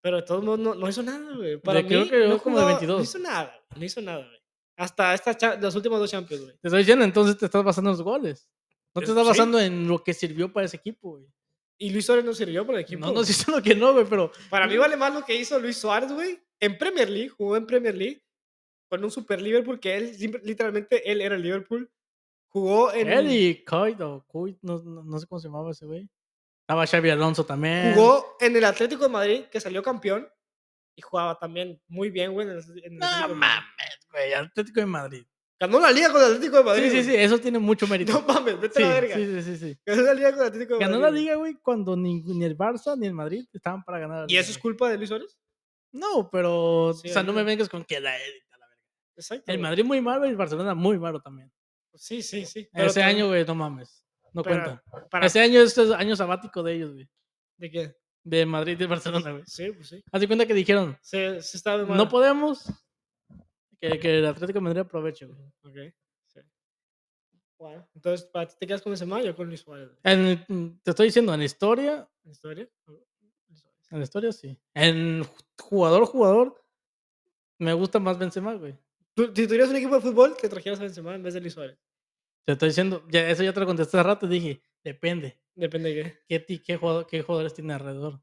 [SPEAKER 1] Pero de todos modos no, no hizo nada, güey. Para mí,
[SPEAKER 2] creo que llegó
[SPEAKER 1] no
[SPEAKER 2] como de
[SPEAKER 1] jugaba-
[SPEAKER 2] 22.
[SPEAKER 1] No hizo nada, güey, no hizo nada, güey. Hasta esta cha- los últimos dos Champions, güey.
[SPEAKER 2] Te estoy diciendo, entonces te estás basando en los goles. No te
[SPEAKER 1] Eh,
[SPEAKER 2] estás
[SPEAKER 1] sí.
[SPEAKER 2] basando en lo que sirvió para ese equipo, güey.
[SPEAKER 1] Y Luis Suárez no sirvió para el equipo.
[SPEAKER 2] No nos hizo lo que no, güey, pero
[SPEAKER 1] Para mí vale más lo que hizo Luis Suárez, güey. En Premier League, jugó en Premier League con un super Liverpool que él, simple- literalmente, él era el Liverpool. Jugó en...
[SPEAKER 2] él y Coit o Coit, no, no- no sé cómo se llamaba ese güey. Estaba Xavi Alonso también.
[SPEAKER 1] Jugó en el Atlético de Madrid, que salió campeón. Y jugaba también muy bien, güey. en el- en el Atlético
[SPEAKER 2] No
[SPEAKER 1] de Madrid.
[SPEAKER 2] mames, güey, Atlético de Madrid.
[SPEAKER 1] Ganó la liga con el Atlético de Madrid.
[SPEAKER 2] Sí, sí,
[SPEAKER 1] güey.
[SPEAKER 2] sí, eso tiene mucho mérito.
[SPEAKER 1] No mames, vete
[SPEAKER 2] sí,
[SPEAKER 1] a la verga.
[SPEAKER 2] sí, sí, sí, sí.
[SPEAKER 1] Ganó la liga con el Atlético de
[SPEAKER 2] Ganó
[SPEAKER 1] Madrid.
[SPEAKER 2] la
[SPEAKER 1] güey.
[SPEAKER 2] liga, güey, cuando ni, ni el Barça ni el Madrid estaban para ganar. la
[SPEAKER 1] ¿Y
[SPEAKER 2] liga,
[SPEAKER 1] eso es
[SPEAKER 2] güey.
[SPEAKER 1] culpa de Luis Suárez?
[SPEAKER 2] No, pero.
[SPEAKER 1] Sí,
[SPEAKER 2] o sea, no me
[SPEAKER 1] ahorita.
[SPEAKER 2] vengas con que la élite, la verga.
[SPEAKER 1] Exacto.
[SPEAKER 2] El
[SPEAKER 1] güey.
[SPEAKER 2] Madrid muy malo y el Barcelona muy malo también.
[SPEAKER 1] Sí, sí, sí.
[SPEAKER 2] ese
[SPEAKER 1] tam-
[SPEAKER 2] año, güey, no mames. No
[SPEAKER 1] pero-
[SPEAKER 2] cuenta.
[SPEAKER 1] para-
[SPEAKER 2] Ese año es el año sabático de ellos, güey.
[SPEAKER 1] ¿De qué?
[SPEAKER 2] De Madrid y de Barcelona, güey.
[SPEAKER 1] Sí, pues sí.
[SPEAKER 2] Haz de cuenta que dijeron,
[SPEAKER 1] Se, se estaba de
[SPEAKER 2] no podemos. Que, que el Atlético de Madrid aproveche, güey.
[SPEAKER 1] Ok. Sí. Bueno, entonces, ¿para ti te quedas con Benzema o con Luis Suárez? güey?
[SPEAKER 2] En- mm, te estoy diciendo, en historia,
[SPEAKER 1] ¿En historia? o- Luis Suárez.
[SPEAKER 2] en historia sí. En ju- jugador, jugador, me gusta más Benzema, güey.
[SPEAKER 1] Tú- Si tuvieras un equipo de fútbol, te trajeras a Benzema en vez de Luis Suárez.
[SPEAKER 2] Te estoy diciendo, ya, eso ya te lo contesté hace rato, dije, depende.
[SPEAKER 1] Depende de qué.
[SPEAKER 2] ¿Qué, ti- qué, jugador- qué jugadores tiene alrededor?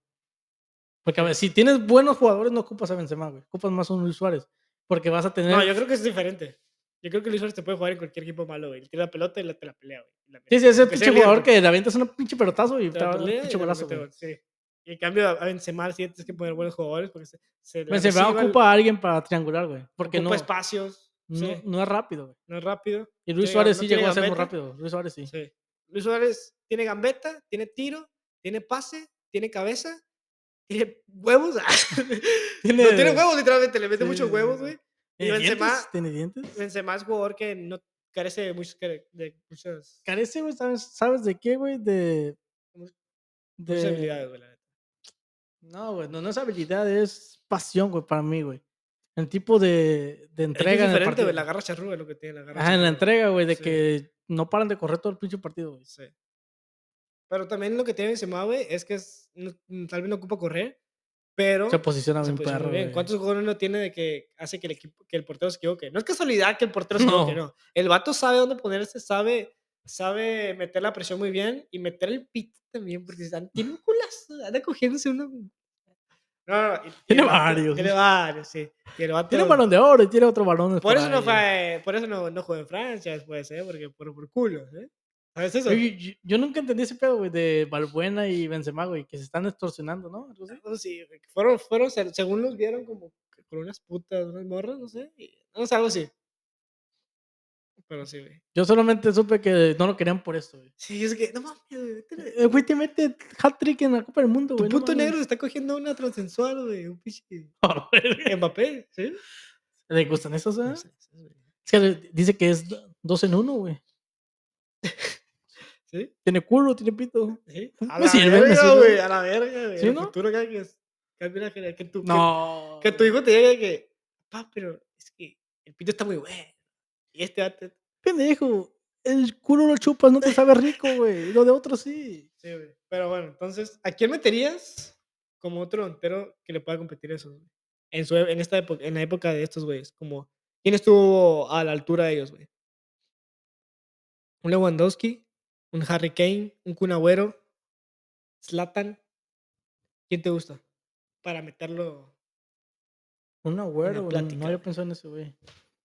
[SPEAKER 2] Porque a ver, si tienes buenos jugadores, no ocupas a Benzema, güey. Ocupas más a un Luis Suárez. Porque vas a tener.
[SPEAKER 1] No, yo creo que es diferente. Yo creo que Luis Suárez te puede jugar en cualquier equipo malo, güey. Tira la pelota y la, te la pelea, güey. La
[SPEAKER 2] Sí,
[SPEAKER 1] mete.
[SPEAKER 2] sí, ese
[SPEAKER 1] Aunque sea
[SPEAKER 2] pinche jugador
[SPEAKER 1] Liverpool,
[SPEAKER 2] que le avientas un pinche pelotazo y
[SPEAKER 1] te
[SPEAKER 2] te
[SPEAKER 1] la
[SPEAKER 2] va a dar un
[SPEAKER 1] pelea y
[SPEAKER 2] pinche
[SPEAKER 1] la
[SPEAKER 2] golazo,
[SPEAKER 1] mete,
[SPEAKER 2] güey.
[SPEAKER 1] güey, Sí. Y en cambio, a a Benzema sí tienes que poner buenos jugadores porque se. se la
[SPEAKER 2] Benzema
[SPEAKER 1] recibe al-
[SPEAKER 2] ocupa a alguien para triangular, güey. Porque
[SPEAKER 1] ocupa
[SPEAKER 2] no,
[SPEAKER 1] espacios.
[SPEAKER 2] no,
[SPEAKER 1] Sí.
[SPEAKER 2] no es rápido, güey.
[SPEAKER 1] No es rápido.
[SPEAKER 2] Y Luis
[SPEAKER 1] Tiene-
[SPEAKER 2] Suárez
[SPEAKER 1] no
[SPEAKER 2] sí
[SPEAKER 1] tiene
[SPEAKER 2] llegó a ser muy
[SPEAKER 1] gambeta.
[SPEAKER 2] rápido. Luis Suárez sí.
[SPEAKER 1] Sí. Luis Suárez tiene gambeta, tiene tiro, tiene pase, tiene cabeza, tiene huevos.
[SPEAKER 2] Tiene,
[SPEAKER 1] no tiene huevos, literalmente, le mete
[SPEAKER 2] sí,
[SPEAKER 1] muchos
[SPEAKER 2] sí,
[SPEAKER 1] huevos,
[SPEAKER 2] sí.
[SPEAKER 1] güey. Y
[SPEAKER 2] ¿Tiene
[SPEAKER 1] Benzema-
[SPEAKER 2] dientes? este. ¿Tiene dientes?
[SPEAKER 1] Benzema es jugador que no carece de muchas. care- De muchas
[SPEAKER 2] Carece, güey, ¿sabes, ¿sabes de qué, güey? De.
[SPEAKER 1] Como- muchas
[SPEAKER 2] De.
[SPEAKER 1] habilidades, güey, la neta.
[SPEAKER 2] No, güey, no, no es habilidad, es pasión, güey, para mí, güey. El tipo de, de
[SPEAKER 1] Es que es
[SPEAKER 2] entrega en el
[SPEAKER 1] diferente,
[SPEAKER 2] partido.
[SPEAKER 1] güey. La garra charrúa es lo que tiene la garra
[SPEAKER 2] Ajá, en
[SPEAKER 1] charrúa,
[SPEAKER 2] la
[SPEAKER 1] güey.
[SPEAKER 2] entrega, güey, de
[SPEAKER 1] Sí.
[SPEAKER 2] que no paran de correr todo el pinche partido, güey.
[SPEAKER 1] Sí. Pero también lo que tiene Benzema, güey, es que es, no- tal vez no ocupa correr, pero.
[SPEAKER 2] Se posiciona
[SPEAKER 1] Se
[SPEAKER 2] Ah, pues, bien
[SPEAKER 1] posiciona
[SPEAKER 2] perro,
[SPEAKER 1] muy bien.
[SPEAKER 2] güey.
[SPEAKER 1] ¿Cuántos goles no tiene de que hace que el equipo, que el portero se equivoque? No es casualidad que el portero se equivoque,
[SPEAKER 2] No.
[SPEAKER 1] no. El vato sabe dónde ponerse, sabe, sabe meter la presión muy bien y meter el pit también, porque se dan- tiene un culazo, anda cogiéndose uno. No, no, no, y- y
[SPEAKER 2] Tiene
[SPEAKER 1] el vato-
[SPEAKER 2] varios.
[SPEAKER 1] Tiene varios, sí. Y el vato-
[SPEAKER 2] Tiene un balón de oro y tiene otro balón de
[SPEAKER 1] por eso,
[SPEAKER 2] ahí,
[SPEAKER 1] no
[SPEAKER 2] güey.
[SPEAKER 1] fue- por eso no, no jugó en Francia después, ¿eh? Porque por, por culo, ¿eh? ¿Sabes eso?
[SPEAKER 2] Yo, yo- yo nunca entendí ese pedo, güey, de Balbuena y Benzema, güey, que se están extorsionando, ¿no? Algo así.
[SPEAKER 1] No, sí, güey, que fueron, fueron, se- según los vieron, como que con unas putas, unas morras, no sé. y- no sé, algo así. Pero sí, güey.
[SPEAKER 2] Yo solamente supe que no lo querían por eso, güey.
[SPEAKER 1] Sí, es que, no mames, güey. vete a la-
[SPEAKER 2] El Eh, güey te mete hat-trick en la Copa del Mundo,
[SPEAKER 1] Tu
[SPEAKER 2] güey. no
[SPEAKER 1] puto
[SPEAKER 2] mames.
[SPEAKER 1] negro se está cogiendo una transensual, güey. Un pinche.
[SPEAKER 2] A ver,
[SPEAKER 1] Mbappé, ¿sí?
[SPEAKER 2] ¿Le gustan esos, eh?
[SPEAKER 1] No sé, sí, güey.
[SPEAKER 2] Es que dice que es do- dos en uno, güey.
[SPEAKER 1] ¿Sí?
[SPEAKER 2] Tiene culo, tiene pito.
[SPEAKER 1] ¿Sí?
[SPEAKER 2] Me
[SPEAKER 1] A la
[SPEAKER 2] sirve, me
[SPEAKER 1] verga,
[SPEAKER 2] sirve.
[SPEAKER 1] güey. A la verga, güey.
[SPEAKER 2] ¿Sí,
[SPEAKER 1] En el
[SPEAKER 2] no?
[SPEAKER 1] futuro, cara, que, que, mira, que, que tu, que-
[SPEAKER 2] No.
[SPEAKER 1] que tu hijo te diga que, papá, pero es que el pito está muy bueno. Y este vato-
[SPEAKER 2] Pendejo. El culo lo chupas, no te sabe rico, güey. Lo de otro sí.
[SPEAKER 1] Sí, güey. Pero bueno, entonces, ¿a quién meterías como otro delantero que le pueda competir a esos? güey? En, su, e- en, esta época, en la época de estos güeyes. Como, ¿Quién estuvo a la altura de ellos, güey? Un Lewandowski, un Harry Kane, un Kun Agüero, Zlatan. ¿Quién te gusta? Para meterlo...
[SPEAKER 2] Un agüero, güey.
[SPEAKER 1] plática. Pues
[SPEAKER 2] No había pensado en ese, güey.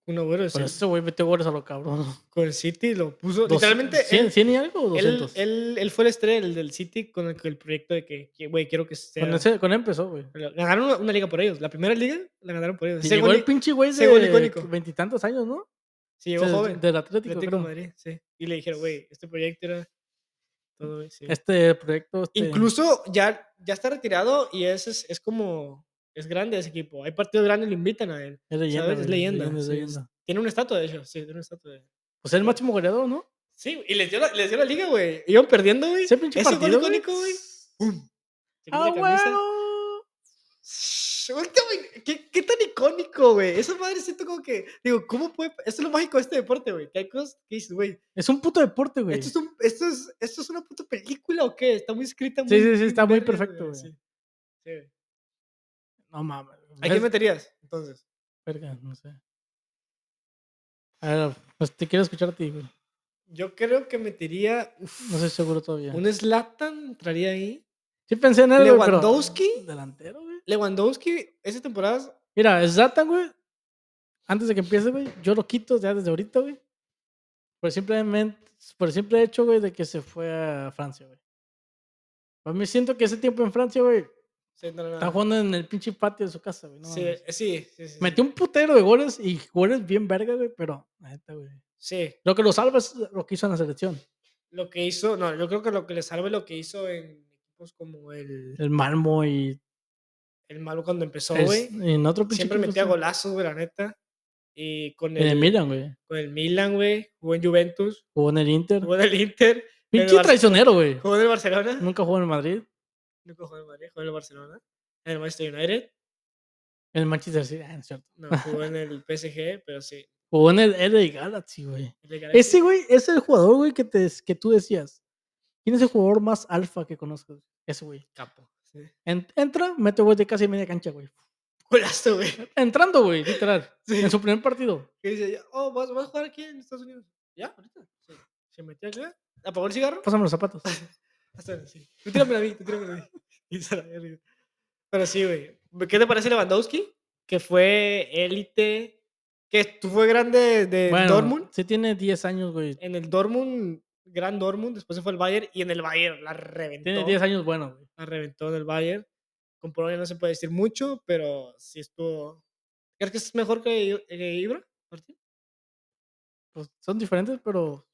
[SPEAKER 1] Kun Agüero es
[SPEAKER 2] Pero
[SPEAKER 1] el-
[SPEAKER 2] ese güey metió goles a lo cabrón.
[SPEAKER 1] con el City, lo puso...
[SPEAKER 2] Dos-
[SPEAKER 1] literalmente...
[SPEAKER 2] ¿Cien
[SPEAKER 1] él-
[SPEAKER 2] cien y algo o
[SPEAKER 1] Él,
[SPEAKER 2] 200?
[SPEAKER 1] él- él fue el estrella del, del City con el, con el proyecto de que, que, güey, quiero que sea...
[SPEAKER 2] con, ese- con él empezó, güey.
[SPEAKER 1] Pero Ganaron una, una liga por ellos. La primera liga la ganaron por ellos.
[SPEAKER 2] Y
[SPEAKER 1] Ese
[SPEAKER 2] llegó
[SPEAKER 1] gol
[SPEAKER 2] el pinche güey
[SPEAKER 1] ese gol
[SPEAKER 2] de
[SPEAKER 1] icónico.
[SPEAKER 2] veintitantos años, ¿no?
[SPEAKER 1] sí, llegó
[SPEAKER 2] De-
[SPEAKER 1] joven.
[SPEAKER 2] Del Atlético,
[SPEAKER 1] Atlético
[SPEAKER 2] creo.
[SPEAKER 1] de Madrid, sí. Y le dijeron, güey, este proyecto era todo, güey, sí.
[SPEAKER 2] Este proyecto. este-
[SPEAKER 1] Incluso ya, ya está retirado y es, es, es como... Es grande ese equipo. Hay partidos grandes, lo invitan a él.
[SPEAKER 2] Es leyenda.
[SPEAKER 1] ¿sabes? Es
[SPEAKER 2] güey,
[SPEAKER 1] leyenda,
[SPEAKER 2] es
[SPEAKER 1] sí, es-
[SPEAKER 2] leyenda.
[SPEAKER 1] Tiene una estatua, de hecho. Sí, tiene una estatua de
[SPEAKER 2] Pues es el máximo goleador, ¿no?
[SPEAKER 1] Sí, y les dio la, les dio la liga, güey. Iban perdiendo, güey.
[SPEAKER 2] Ese pinche
[SPEAKER 1] gol
[SPEAKER 2] partido,
[SPEAKER 1] icónico, güey. ¡Pum! Se quita
[SPEAKER 2] ¡Ah,
[SPEAKER 1] la camisa.
[SPEAKER 2] güey!
[SPEAKER 1] Shhh, ahorita, güey, ¿Qué, qué tan icónico, güey. Esa madre siento como que. Digo, ¿cómo puede.? pa- Esto es lo mágico de este deporte, güey. Que hay cosas que dices, güey.
[SPEAKER 2] Es un puto deporte, güey.
[SPEAKER 1] ¿Esto es, un- esto, es, ¿Esto es una puta película o qué? Está muy escrita.
[SPEAKER 2] Sí,
[SPEAKER 1] muy-
[SPEAKER 2] sí, sí, está muy
[SPEAKER 1] vergas,
[SPEAKER 2] perfecto, güey.
[SPEAKER 1] Sí. Sí, güey.
[SPEAKER 2] No mames.
[SPEAKER 1] ¿A quién
[SPEAKER 2] ves-
[SPEAKER 1] meterías? Entonces.
[SPEAKER 2] Verga, no sé. A ver, pues te quiero escuchar a ti, güey.
[SPEAKER 1] Yo creo que metería. uf,
[SPEAKER 2] No estoy seguro todavía.
[SPEAKER 1] Un Slatan entraría ahí.
[SPEAKER 2] Sí pensé en él, güey, pero-
[SPEAKER 1] Lewandowski.
[SPEAKER 2] Delantero, güey.
[SPEAKER 1] Lewandowski, esa temporada.
[SPEAKER 2] Mira, Zlatan, güey. Antes de que empiece, güey, yo lo quito ya desde ahorita, güey. Por simplemente, por el simple hecho, güey, de que se fue a Francia, güey. Para mí siento que ese tiempo en Francia, güey,
[SPEAKER 1] Sí, no, no,
[SPEAKER 2] está
[SPEAKER 1] no.
[SPEAKER 2] jugando en el pinche patio de su casa, güey. No
[SPEAKER 1] Ah. sí,
[SPEAKER 2] mames.
[SPEAKER 1] eh, sí, sí, sí, sí.
[SPEAKER 2] Metió un putero de goles y goles bien verga, güey, pero la neta, güey.
[SPEAKER 1] Sí.
[SPEAKER 2] Lo que lo salva es lo que hizo en la selección.
[SPEAKER 1] Lo que hizo. No, yo creo que lo que le salve lo que hizo en equipos como el.
[SPEAKER 2] El Malmo y,
[SPEAKER 1] El malo cuando empezó,
[SPEAKER 2] es-
[SPEAKER 1] güey.
[SPEAKER 2] y en otro pinche
[SPEAKER 1] Siempre
[SPEAKER 2] equipo,
[SPEAKER 1] metía
[SPEAKER 2] sí.
[SPEAKER 1] golazos, güey, la neta. Y con
[SPEAKER 2] En el
[SPEAKER 1] el,
[SPEAKER 2] Milan, güey.
[SPEAKER 1] con el Milan, güey. Jugó en Juventus.
[SPEAKER 2] Jugó en el Inter.
[SPEAKER 1] Jugó en el Inter. en el
[SPEAKER 2] pinche
[SPEAKER 1] Barce-
[SPEAKER 2] traicionero, güey.
[SPEAKER 1] Jugó en el Barcelona.
[SPEAKER 2] Nunca jugó en el Madrid.
[SPEAKER 1] Nunca jugó en el Madrid. Jugó en el Barcelona. En el Manchester United.
[SPEAKER 2] En el Manchester City. Ah, no es cierto.
[SPEAKER 1] No, jugó en el PSG, pero sí.
[SPEAKER 2] Jugó en el LA Galaxy, güey.
[SPEAKER 1] el de Galaxy.
[SPEAKER 2] Ese, güey, es el jugador, güey, que, te, que tú decías. ¿Quién es el jugador más alfa que conozco? Ese, güey.
[SPEAKER 1] Capo. sí.
[SPEAKER 2] En- entra, mete, güey, de casi media cancha, güey.
[SPEAKER 1] Golazo, güey.
[SPEAKER 2] Entrando, güey, literal.
[SPEAKER 1] Sí.
[SPEAKER 2] En su primer partido.
[SPEAKER 1] Que dice, oh, ¿vas, vas a jugar aquí en Estados Unidos? ¿Ya? ¿Ahorita? Sí. Se metió acá. ¿Apagó el cigarro?
[SPEAKER 2] Pásame los zapatos.
[SPEAKER 1] Hasta ahora, sí. Tú tírame a mí, tú tírame a mí. Y se la verga. Pero sí, güey. ¿Qué te parece Lewandowski? Que fue élite, que tú fue grande de
[SPEAKER 2] Bueno,
[SPEAKER 1] Dortmund.
[SPEAKER 2] sí tiene 10 años, güey.
[SPEAKER 1] En el Dortmund, gran Dortmund, después se fue al Bayern y en el Bayern la reventó.
[SPEAKER 2] Tiene 10 años, bueno, güey.
[SPEAKER 1] La reventó en el Bayern. Con Polonia no se puede decir mucho, pero sí estuvo... ¿Crees que es mejor que, I- que Ibra, Martín?
[SPEAKER 2] Pues son diferentes, pero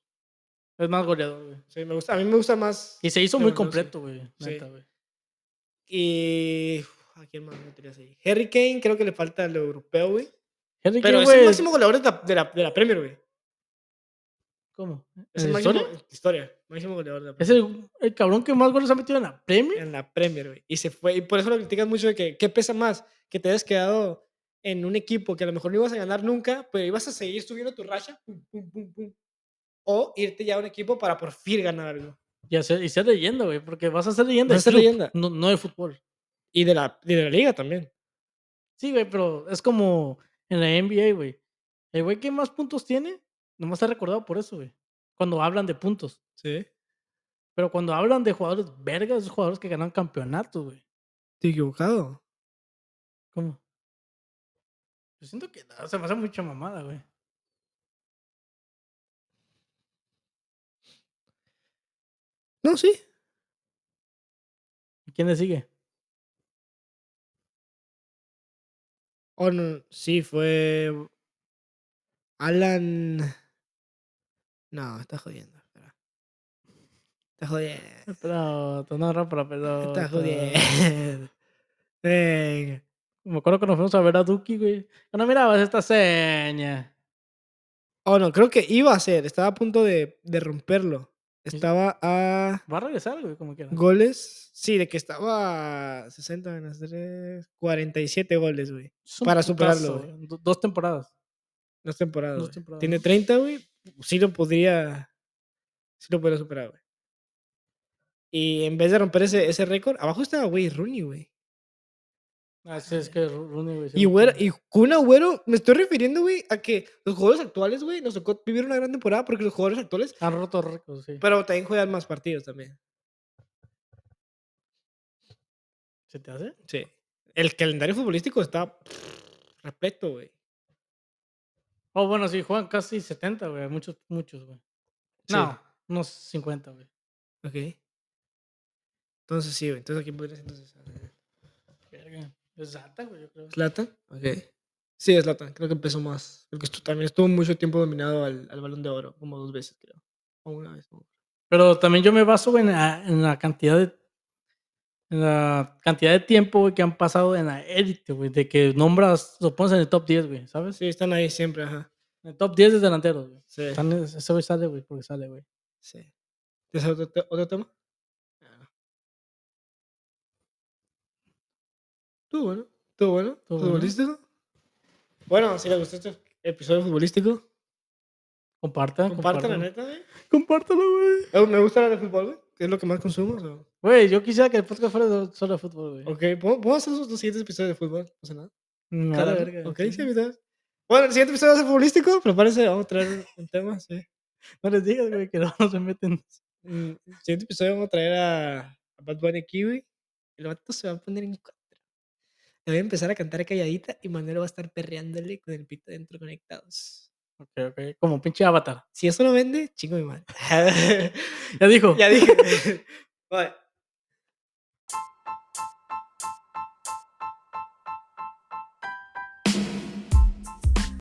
[SPEAKER 2] es más goleador, güey.
[SPEAKER 1] Sí, me gusta. A mí me gusta más...
[SPEAKER 2] Y se hizo muy
[SPEAKER 1] Lewandowski.
[SPEAKER 2] completo, güey.
[SPEAKER 1] Sí.
[SPEAKER 2] neta, güey.
[SPEAKER 1] Y... uf, ¿A quién más meterías ahí? Harry Kane creo que le falta lo europeo, güey.
[SPEAKER 2] Harry
[SPEAKER 1] Pero
[SPEAKER 2] Kane,
[SPEAKER 1] es el
[SPEAKER 2] güey,
[SPEAKER 1] máximo goleador de la, de la, de la Premier, güey.
[SPEAKER 2] ¿Cómo?
[SPEAKER 1] Es el
[SPEAKER 2] ¿En la
[SPEAKER 1] máximo,
[SPEAKER 2] historia?
[SPEAKER 1] historia, máximo goleador de la
[SPEAKER 2] Es
[SPEAKER 1] Premier.
[SPEAKER 2] el, el cabrón que más goles ha metido en la Premier.
[SPEAKER 1] En la Premier, güey. Y se fue. Y por eso lo critican mucho de que, ¿qué pesa más? Que te hayas quedado en un equipo que a lo mejor no ibas a ganar nunca, pero ibas a seguir subiendo tu racha. pum, pum, pum, pum, O irte ya a un equipo para por fin ganar algo.
[SPEAKER 2] Y, hacer, y ser leyenda, güey, porque vas a ser leyenda.
[SPEAKER 1] Vas a
[SPEAKER 2] del
[SPEAKER 1] ser
[SPEAKER 2] club,
[SPEAKER 1] leyenda.
[SPEAKER 2] No, no de fútbol.
[SPEAKER 1] Y de la, y de la liga también.
[SPEAKER 2] Sí, güey, pero es como en la NBA, güey. El güey que más puntos tiene, nomás está recordado por eso, güey. Cuando hablan de puntos.
[SPEAKER 1] Sí.
[SPEAKER 2] Pero cuando hablan de jugadores vergas, esos jugadores que ganan campeonatos, güey.
[SPEAKER 1] Estoy equivocado.
[SPEAKER 2] ¿Cómo? Yo siento que no, se me hace mucha mamada, güey.
[SPEAKER 1] No, sí.
[SPEAKER 2] ¿Y ¿Quién le sigue?
[SPEAKER 1] Oh, no, sí, fue. Alan. No, está jodiendo. espera. Está jodiendo.
[SPEAKER 2] Pero, no, no, pero, pero.
[SPEAKER 1] Está
[SPEAKER 2] pero-
[SPEAKER 1] jodiendo. Venga.
[SPEAKER 2] Me acuerdo que nos fuimos a ver a Duki, güey. Yo No mirabas esta seña.
[SPEAKER 1] Oh, no, creo que iba a ser. Estaba a punto de, de romperlo. Estaba a
[SPEAKER 2] Va a regresar, güey, como quiera.
[SPEAKER 1] goles. Sí, de que estaba a 60 menos 3, 47 goles, güey.
[SPEAKER 2] Es un
[SPEAKER 1] para
[SPEAKER 2] putazo,
[SPEAKER 1] superarlo,
[SPEAKER 2] güey. Do- Dos temporadas.
[SPEAKER 1] Dos temporadas.
[SPEAKER 2] Dos
[SPEAKER 1] güey.
[SPEAKER 2] temporadas.
[SPEAKER 1] Tiene 30, güey. Sí lo podría. Sí lo podría superar, güey. Y en vez de romper ese, ese récord, abajo estaba, güey, Rooney, güey.
[SPEAKER 2] Ah, sí, es que Ro- Rooney, güey. sí
[SPEAKER 1] Y,
[SPEAKER 2] lo
[SPEAKER 1] güero,
[SPEAKER 2] tiene.
[SPEAKER 1] y Kun Agüero, me estoy refiriendo, güey, a que los jugadores actuales, güey, nos tocó vivir una gran temporada porque los jugadores actuales,
[SPEAKER 2] Han roto récords, sí.
[SPEAKER 1] pero también juegan más partidos también.
[SPEAKER 2] ¿Se te hace?
[SPEAKER 1] Sí. El calendario futbolístico está pff, repleto, güey.
[SPEAKER 2] Oh, bueno, sí, juegan casi 70, güey. Muchos, muchos, güey.
[SPEAKER 1] Sí.
[SPEAKER 2] No, unos 50, güey.
[SPEAKER 1] Ok. Entonces sí, güey. Entonces aquí podrías entonces.
[SPEAKER 2] Verga. Es alta, güey, yo creo.
[SPEAKER 1] ¿Latan? Ok. Sí, es Latan. Creo que empezó más. Creo que estu- también estuvo mucho tiempo dominado al, al balón de oro, como dos veces, creo. O una vez. ¿no?
[SPEAKER 2] Pero también yo me baso, güey, en la, en la cantidad de. En la cantidad de tiempo, güey, que han pasado en la élite, güey. De que nombras, lo pones en el top 10, güey, ¿sabes?
[SPEAKER 1] Sí, están ahí siempre, ajá.
[SPEAKER 2] En el top 10 es delantero, güey.
[SPEAKER 1] Sí.
[SPEAKER 2] Están- Ese güey sale, güey, porque sale, güey.
[SPEAKER 1] sí. ¿Tienes otro, te- otro tema? Ah. Tú, bueno. Tú, bueno.
[SPEAKER 2] Estuvo bueno.
[SPEAKER 1] Futbolístico. Bueno, si les gustó este episodio futbolístico,
[SPEAKER 2] Ah, Compartan,
[SPEAKER 1] compartan la
[SPEAKER 2] compartan.
[SPEAKER 1] neta, güey.
[SPEAKER 2] Compártelo, güey.
[SPEAKER 1] Eh, Me gusta hablar de fútbol, güey. que Es lo que más consumo. so.
[SPEAKER 2] Güey, yo quisiera que el podcast fuera de- solo de fútbol, güey.
[SPEAKER 1] Ok, ¿puedo, puedo hacer los, los siguientes episodios de fútbol? No sé nada.
[SPEAKER 2] Me vale
[SPEAKER 1] Cada uno.
[SPEAKER 2] verga,
[SPEAKER 1] ok,
[SPEAKER 2] sí.
[SPEAKER 1] sí, ahorita. Bueno, el siguiente episodio va a ser futbolístico. Prepárense, vamos a traer un tema, sí.
[SPEAKER 2] No les digas, güey, que no se meten.
[SPEAKER 1] Mm, el siguiente episodio vamos a traer a, a Bad Bunny Kiwi. El vato se va a poner en contra. Le voy a empezar a cantar calladita y Manuel va a estar perreándole con el pito dentro conectados.
[SPEAKER 2] Ok, ok. Como pinche avatar.
[SPEAKER 1] Si eso no vende, chingo mi madre.
[SPEAKER 2] Ya dijo.
[SPEAKER 1] ya dije. Bye.